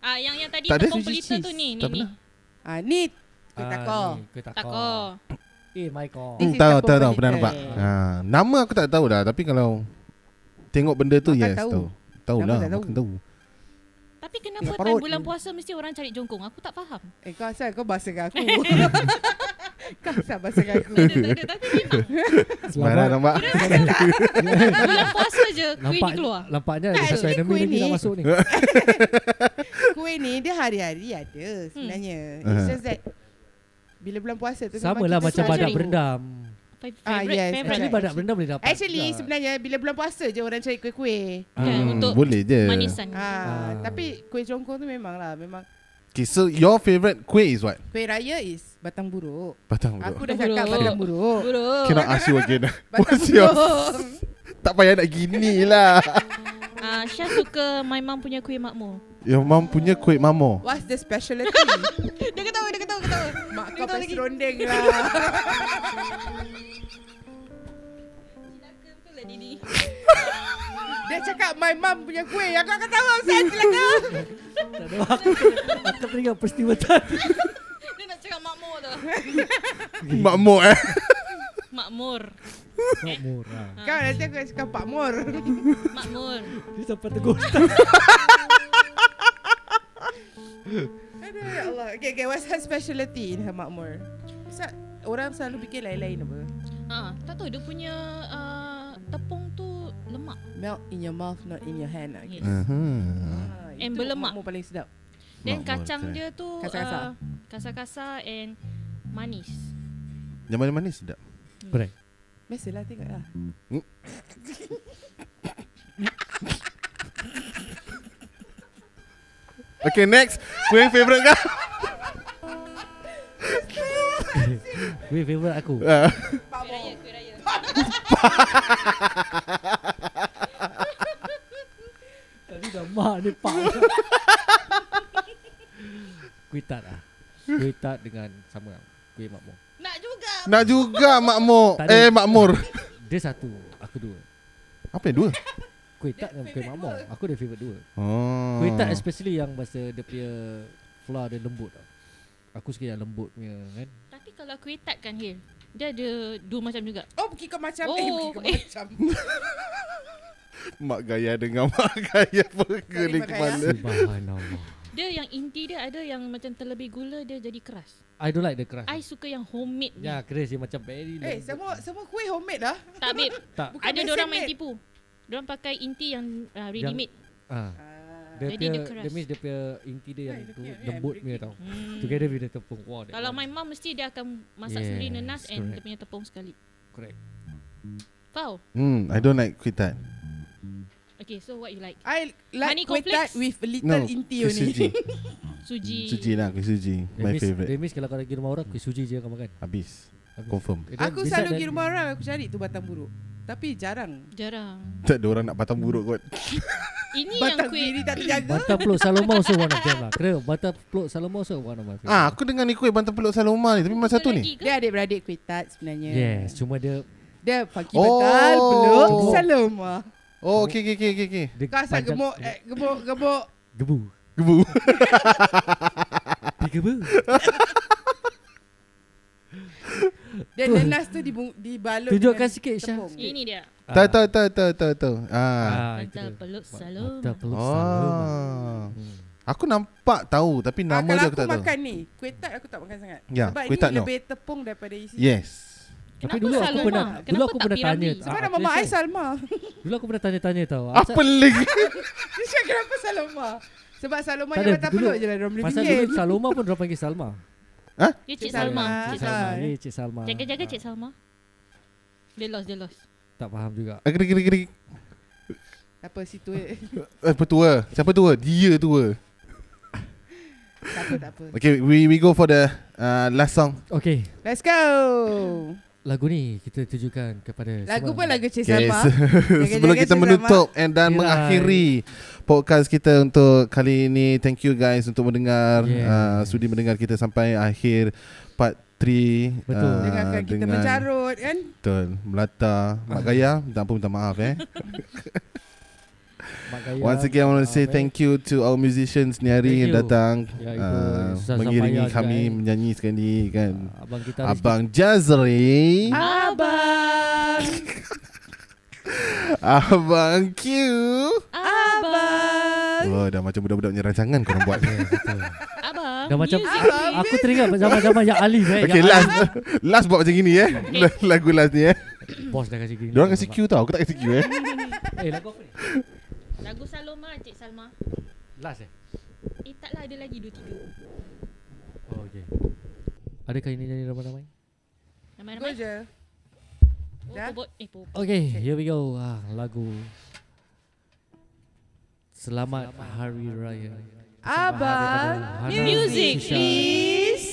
Speaker 3: Ah yang yang tadi
Speaker 4: Tak ada
Speaker 3: tepung
Speaker 4: suji
Speaker 3: pelita tu
Speaker 4: cheese.
Speaker 3: ni ni
Speaker 4: Tak
Speaker 3: ni.
Speaker 4: pernah.
Speaker 2: Ah ni
Speaker 3: Eh,
Speaker 2: kuih
Speaker 5: Ah,
Speaker 2: takor.
Speaker 5: ni, Kuih takor.
Speaker 3: Takor.
Speaker 5: Eh Michael.
Speaker 2: This
Speaker 4: Hmm,
Speaker 2: is
Speaker 4: tahu,
Speaker 2: tepung
Speaker 4: tahu, tahu. Pernah
Speaker 2: pelita.
Speaker 4: nampak. Ah, nama aku tak tahu dah. Tapi kalau tengok benda tu,
Speaker 2: Makan
Speaker 4: yes,
Speaker 2: tahu.
Speaker 4: tahu. Tahu
Speaker 2: Nama
Speaker 4: lah,
Speaker 2: tak tahu.
Speaker 4: makan tahu.
Speaker 3: Tapi kenapa
Speaker 5: Tak
Speaker 3: time
Speaker 5: parut.
Speaker 3: bulan puasa mesti orang cari jongkong? Aku tak faham.
Speaker 2: Eh kau asal kau bahasa dengan aku. Kau sabar sangat aku.
Speaker 3: Tak ada, tak ada. Tapi memang.
Speaker 4: Sembarang
Speaker 5: Selamat
Speaker 4: eh, lah, nampak
Speaker 2: Kan,
Speaker 3: Bulan puasa je kuih ni
Speaker 5: Nampak,
Speaker 3: keluar.
Speaker 5: nampaknya ada
Speaker 2: Tak,
Speaker 5: satu
Speaker 2: actually
Speaker 5: enemy
Speaker 2: kuih
Speaker 5: lagi nak
Speaker 2: ni-
Speaker 5: masuk ni
Speaker 2: Kuih ni dia hari-hari ada sebenarnya.
Speaker 4: Hmm.
Speaker 3: Uh-huh.
Speaker 2: It's
Speaker 4: Aha.
Speaker 2: just that bila bulan puasa tu
Speaker 5: Sama
Speaker 2: memang
Speaker 5: lah
Speaker 2: kita
Speaker 5: macam
Speaker 2: selalu-
Speaker 3: saja
Speaker 5: badak
Speaker 3: ni.
Speaker 5: berendam
Speaker 3: Favorite,
Speaker 2: Ah, yes,
Speaker 5: Actually
Speaker 3: favorite.
Speaker 2: correct.
Speaker 5: badak berendam boleh dapat Ah.
Speaker 2: Actually
Speaker 5: juga.
Speaker 2: sebenarnya bila bulan puasa je orang cari kuih-kuih.
Speaker 3: Ya,
Speaker 4: Hmm,
Speaker 3: untuk
Speaker 4: Boleh je
Speaker 3: Manisan.
Speaker 2: Ha,
Speaker 5: Ah.
Speaker 2: tapi kuih jongkong tu memang lah memang
Speaker 4: Okay so your favourite kuih is what?
Speaker 2: kuih raya is batang buruk.
Speaker 4: Batang
Speaker 2: Aku
Speaker 4: Aku
Speaker 2: dah cakap
Speaker 3: Buruk.
Speaker 2: batang buruk.
Speaker 3: Buruk.
Speaker 4: Cannot ask you again
Speaker 2: Batang
Speaker 4: What's yours?
Speaker 2: buruk.
Speaker 4: Tak payah nak gini lah
Speaker 3: Ah, Syah suka my mum punya kuih makmur.
Speaker 4: Your mum punya kuih mamo
Speaker 2: What's the specialty?
Speaker 3: Dia ketawa, dia ketawa, ketawa.
Speaker 2: Mak
Speaker 3: Dia
Speaker 2: kau
Speaker 3: tahu
Speaker 2: pakai
Speaker 3: lagi.
Speaker 2: serondeng lah.
Speaker 3: Betul lah Dini.
Speaker 2: Dia cakap my mum punya kuih. Aku akan tahu saya celaka.
Speaker 5: Tak ada aku Aku teringat peristiwa tadi
Speaker 3: Dia nak cakap makmur tu.
Speaker 4: Mamo eh
Speaker 3: Makmur.
Speaker 5: Kau murah
Speaker 2: Kau Kan, nanti aku cakap Pak Mor.
Speaker 3: Makmur.
Speaker 5: Dia sampai tegur
Speaker 2: Aduh ya Allah. Okay, okay. What's her specialty in her makmur? Sa- orang selalu fikir lain-lain apa.
Speaker 3: Ah, tak tahu dia punya ah, tepung tu lemak.
Speaker 2: Melt in your mouth, not in your hand. Okay.
Speaker 3: Yes.
Speaker 4: Mhm.
Speaker 2: Ah,
Speaker 3: And
Speaker 2: itu
Speaker 3: berlemak.
Speaker 2: Makmur paling sedap.
Speaker 3: Then
Speaker 4: Makmur,
Speaker 3: kacang
Speaker 4: correct.
Speaker 3: dia tu
Speaker 2: Kasar-kasar.
Speaker 3: ah, kasar-kasar and manis.
Speaker 4: Yang mana-mana sedap
Speaker 5: Correct
Speaker 2: Biasalah tengok lah.
Speaker 4: Okay next Kuih yang favourite kan? kau
Speaker 5: Kuih favourite aku
Speaker 4: Ah,
Speaker 2: Pak
Speaker 3: Kuih raya, kuih raya.
Speaker 5: Tadi dah mak ni pak Kuih tart lah Kuih tart dengan sama lah Kuih makmur
Speaker 3: Nak juga.
Speaker 4: Nak juga makmur
Speaker 5: Tak ada.
Speaker 4: Eh makmur
Speaker 5: Dia satu Aku dua
Speaker 4: Apa yang dua?
Speaker 5: Kuih tart dengan kuih makmur Aku ada favourite dua
Speaker 4: Oh.
Speaker 5: Kuih tart especially yang Masa dia punya Flour dia lembut tau Aku suka yang lembut punya kan
Speaker 3: Tapi kalau kuih tart kan Hil, dia ada dua macam juga.
Speaker 2: Oh, pergi kau macam. Oh, eh, pergi kau
Speaker 3: Oh, eh.
Speaker 2: macam.
Speaker 4: Mak gaya dengan mak gaya Burger
Speaker 2: Sorry,
Speaker 4: di
Speaker 2: Mak Gaya.
Speaker 4: kepala
Speaker 5: Subhanallah
Speaker 3: Dia yang inti dia ada yang macam terlebih gula dia jadi keras.
Speaker 5: I don't like the crust
Speaker 3: I suka yang homemade ni.
Speaker 5: Ya keras dia macam very
Speaker 2: Eh,
Speaker 5: lembut.
Speaker 2: semua semua kuih homemade lah.
Speaker 3: Tak babe,
Speaker 5: Tak
Speaker 2: Bukan
Speaker 3: ada orang main
Speaker 2: made.
Speaker 3: tipu. Orang pakai inti yang uh, ready
Speaker 5: Yang-
Speaker 3: made.
Speaker 5: ah.
Speaker 2: Ah.
Speaker 5: Dia
Speaker 3: Jadi
Speaker 5: punya
Speaker 3: dia keras.
Speaker 5: Dia means dia punya Inti dia yang
Speaker 2: Right, dia
Speaker 5: tu
Speaker 2: punya- yeah,
Speaker 5: Lembut punya
Speaker 2: breaking.
Speaker 5: tau
Speaker 3: Hmm.
Speaker 5: Together with the tepung Wow that
Speaker 3: Kalau
Speaker 5: one
Speaker 3: my
Speaker 5: is-
Speaker 3: mum mesti dia akan masak
Speaker 5: Yes,
Speaker 3: sendiri nenas and dia
Speaker 5: correct.
Speaker 3: punya tepung sekali.
Speaker 5: Correct
Speaker 3: Fau.
Speaker 4: Hmm I don't like kuih tart
Speaker 3: Okay, so what you like?
Speaker 2: I like
Speaker 3: Honey
Speaker 2: kuih tart
Speaker 3: cornflakes?
Speaker 2: with a little inti
Speaker 4: kuih suji
Speaker 2: only.
Speaker 3: Suji.
Speaker 5: Hmm,
Speaker 4: Suji lah kuih suji
Speaker 5: That
Speaker 4: My
Speaker 5: means-
Speaker 4: favourite
Speaker 5: That means kalau kau pergi rumah orang Kuih suji je kau makan
Speaker 4: Habis
Speaker 5: Habis.
Speaker 4: Confirm
Speaker 5: Eh, then beside
Speaker 2: Aku selalu
Speaker 5: that-
Speaker 2: pergi rumah orang aku cari tu batang buruk. Tapi jarang.
Speaker 3: Jarang.
Speaker 4: Tak ada orang nak batang buruk kot
Speaker 3: Ini yang
Speaker 2: Batang
Speaker 3: kuih.
Speaker 2: diri tak terjaga.
Speaker 5: Bantal peluk Salomon also one of them lah Kena Bantal peluk Salomon also one of my favorite
Speaker 4: Ah, aku dengar ni kuih bantal peluk Saloma ni Tapi mana satu ni?
Speaker 3: Lagi ke?
Speaker 2: Dia adik-beradik kuih tart sebenarnya.
Speaker 5: Yes Cuma dia
Speaker 2: Dia funky oh.
Speaker 4: Oh.
Speaker 2: betul Peluk Saloma
Speaker 4: Oh, okay, okay, okay, okay, okay.
Speaker 5: dia
Speaker 2: Kau asal
Speaker 5: panjang-
Speaker 2: gemuk eh, Gemuk Gemuk
Speaker 5: Gebu
Speaker 4: Gebu.
Speaker 5: Dia gebu
Speaker 2: Dia
Speaker 5: Tuh.
Speaker 2: nenas tu dibung, dibalut
Speaker 5: Tunjukkan
Speaker 2: dengan
Speaker 5: sikit Syah
Speaker 2: tepung.
Speaker 3: Ini dia.
Speaker 5: Ah.
Speaker 4: Tahu, tahu, tahu, tahu, tahu, tahu. Ah.
Speaker 5: Ah, itu
Speaker 3: Bantal
Speaker 5: dia.
Speaker 3: peluk
Speaker 5: Ba-
Speaker 3: Salomon.
Speaker 5: Bantal peluk Salomon
Speaker 4: Oh.
Speaker 5: Hmm.
Speaker 4: Aku nampak tahu tapi
Speaker 2: Ah,
Speaker 4: nama
Speaker 2: Kalau
Speaker 4: dia
Speaker 2: aku,
Speaker 4: aku tak tahu.
Speaker 2: makan ni Kuih tart aku tak makan sangat
Speaker 4: Ya,
Speaker 2: Sebab
Speaker 4: kuih
Speaker 2: ini
Speaker 4: tart no. Ya.
Speaker 2: lebih tepung daripada isi
Speaker 4: Yes.
Speaker 5: Tapi
Speaker 3: Kenapa
Speaker 5: dulu aku
Speaker 3: Saloma?
Speaker 5: pernah Dulu
Speaker 3: Kenapa
Speaker 5: aku
Speaker 3: tak
Speaker 5: pernah
Speaker 3: P-Ramlee?
Speaker 5: tanya
Speaker 2: Sebab
Speaker 5: ah,
Speaker 2: nama mak
Speaker 5: Aisyah,
Speaker 2: I Salma
Speaker 5: Dulu aku pernah tanya-tanya tau Aisyah-
Speaker 4: Apa lagi?
Speaker 2: Dia cakap kenapa Salma Sebab Salma
Speaker 5: Tak
Speaker 2: yang
Speaker 5: ada,
Speaker 2: batang
Speaker 5: dulu-
Speaker 2: peluk je lah Diorang boleh
Speaker 5: Pasal
Speaker 2: fikir
Speaker 5: dulu Saloma pun orang panggil Salma
Speaker 3: Dia Cik
Speaker 2: Ya, Cik Salma.
Speaker 3: Salma.
Speaker 5: Cik
Speaker 3: Cik
Speaker 2: Ah.
Speaker 5: Salma
Speaker 2: Ah.
Speaker 5: ni Cik Salma
Speaker 3: Jaga-jaga
Speaker 5: Ah,
Speaker 3: Cik Salma. Dia lost, dia lost.
Speaker 5: Tak faham juga
Speaker 4: Agri agri agri.
Speaker 2: Apa situ eh.
Speaker 4: Eh, petua. Siapa tua? Dia tua.
Speaker 2: Tak apa tak apa
Speaker 4: Okay, we we go for the uh, last song.
Speaker 5: Okay
Speaker 2: Let's go
Speaker 5: Lagu ni kita tujukan kepada
Speaker 2: Lagu
Speaker 5: semua-
Speaker 2: pun lagu Cik
Speaker 4: Okay,
Speaker 2: Salma
Speaker 4: se- sebelum kita
Speaker 2: Cik
Speaker 4: menutup and dan
Speaker 5: Yelah.
Speaker 4: mengakhiri podcast kita untuk kali ini. Thank you guys untuk mendengar
Speaker 5: Yes.
Speaker 4: uh, sudi mendengar kita sampai akhir part 3.
Speaker 5: Betul.
Speaker 2: Dengarkan kita mencarut kan
Speaker 4: Betul. Melata, Mak Gaya, minta ampun minta maaf eh.
Speaker 5: Mak Gaya, ah,
Speaker 4: Once again, I want to
Speaker 5: Mak
Speaker 4: say
Speaker 5: Ahmed.
Speaker 4: thank you to our musicians ni hari
Speaker 5: Ya, Thank
Speaker 4: yang
Speaker 5: you.
Speaker 4: datang
Speaker 5: Ya, itu
Speaker 4: uh,
Speaker 5: susah-susah
Speaker 4: mengiringi
Speaker 5: payah
Speaker 4: kami
Speaker 5: kan.
Speaker 4: menyanyi sekali kan.
Speaker 5: Ah, Abang kita Rizky.
Speaker 4: Abang Jazri,
Speaker 2: Abang
Speaker 4: Abang Q.
Speaker 3: Abang.
Speaker 2: Abang
Speaker 4: Oh, dah macam budak-budak punya rancangan korang buat.
Speaker 5: Ya, betul.
Speaker 3: Abang.
Speaker 2: Alam
Speaker 5: Dah macam-
Speaker 2: music
Speaker 1: Alam.
Speaker 5: Aku teringat zaman-zaman yang Alif eh.
Speaker 4: Okay
Speaker 5: yang
Speaker 4: last Last buat macam gini eh Lagu last ni eh
Speaker 5: Alif. Bos dah kasi gini.
Speaker 4: Diorang kasi cue tau Aku tak kasi cue eh
Speaker 5: Eh lagu apa ni?
Speaker 2: Lagu Saloma Cik Salma
Speaker 5: Last eh.
Speaker 2: Eh tak lah ada lagi dua tiga
Speaker 5: Oh okay. Adakah ini nyanyi ramai-ramai?
Speaker 1: Go
Speaker 2: Ramai-ramai
Speaker 1: je.
Speaker 2: Oh
Speaker 1: Dah?
Speaker 2: pobot Eh pobot
Speaker 5: Okay, here we go. Ah, lagu Selamat, Hari Raya.
Speaker 1: Abang.
Speaker 5: Hana
Speaker 2: Music
Speaker 5: Shisha.
Speaker 1: Please.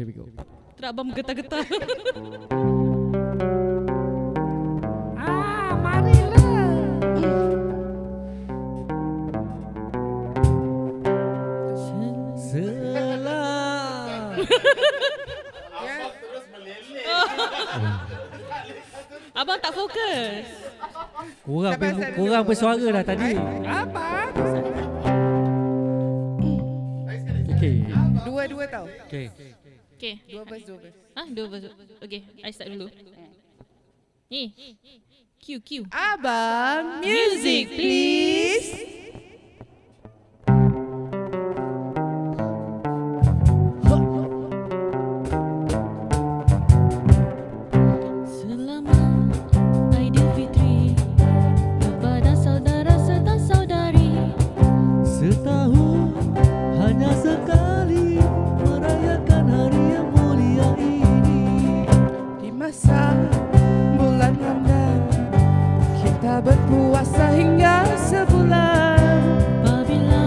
Speaker 5: Here we go.
Speaker 2: Terak abang getar-getar
Speaker 5: Selamat.
Speaker 2: Abang tak fokus
Speaker 5: Korang
Speaker 1: Sampai
Speaker 5: pun-
Speaker 1: sana
Speaker 5: korang
Speaker 1: dulu.
Speaker 5: bersuara dah tadi.
Speaker 1: Abang.
Speaker 5: Okay.
Speaker 1: Dua-dua tau.
Speaker 5: Okay.
Speaker 2: Okay
Speaker 1: Dua verse, dua verse.
Speaker 2: Ah, dua verse. Okay, I start dulu. Eh. Ni. Q Q.
Speaker 1: Abang.
Speaker 2: Music,
Speaker 1: Music please.
Speaker 3: Selamat Aidilfitri kepada saudara serta saudari.
Speaker 5: Setahun hanya sekali merayakan hari yang mulia ini.
Speaker 1: Di masa bulan Ramadan kita berpuasa hingga sebulan.
Speaker 3: Apabila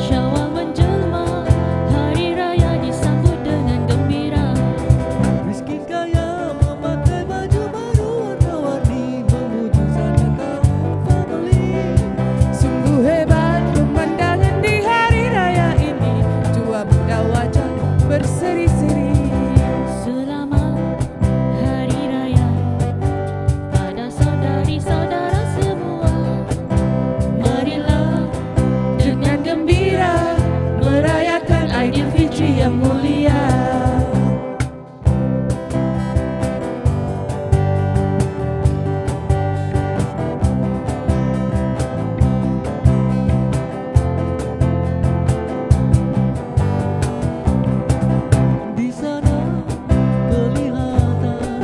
Speaker 3: Syawal menjelma, hari raya disambut dengan gembira.
Speaker 5: Miskin kaya memakai baju baru warna-warni memuji sana kaum family.
Speaker 1: Sungguh hebat pemandangan di hari raya ini. Tua muda wajah berseri-seri.
Speaker 3: Selamat hari raya pada saudari-saudara semua. Marilah
Speaker 1: Dengan gembira merayakan Aidilfitri yang mulia.
Speaker 5: Di sana kelihatan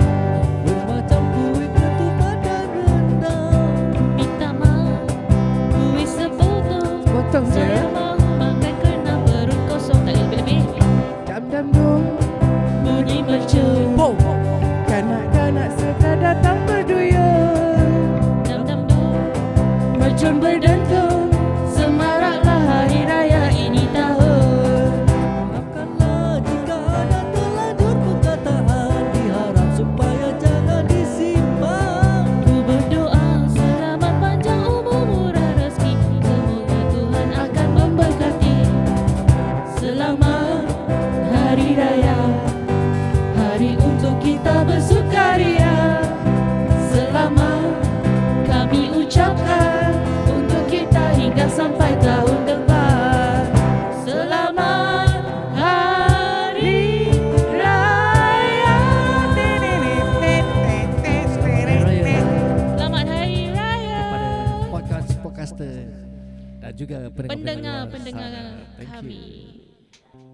Speaker 5: bermacam kue ketupat dan rendang.
Speaker 3: minta maaf, kuis sepotong.
Speaker 1: Potong je.
Speaker 3: Saya mahu makan kerana perut kosong tak lebih-lebih.
Speaker 1: Dam dam dum.
Speaker 3: Bunyi mercu.
Speaker 1: Bo. Kanak-kanak serta datang berduyun.
Speaker 3: Dam dam dum,
Speaker 1: Mercun berdentum Semaraklah hari raya ini tahun
Speaker 5: Maafkanlah jika ada terlanjur perkataan Diharap supaya jangan disimpan
Speaker 3: ku berdoa selamat panjang umur murah rezeki. Semoga Tuhan akan memberkati. Selamat
Speaker 1: Hari raya Hari untuk kita bersukaria Selama
Speaker 3: kami
Speaker 1: ucapkan Untuk kita hingga sampai tahun depan Selamat Hari Raya
Speaker 2: Selamat Hari Raya.
Speaker 5: Kepada podcast podcaster Dan juga pendengar-pendengar
Speaker 2: Pendengar-pendengar
Speaker 5: sana. Thank you.
Speaker 2: kami.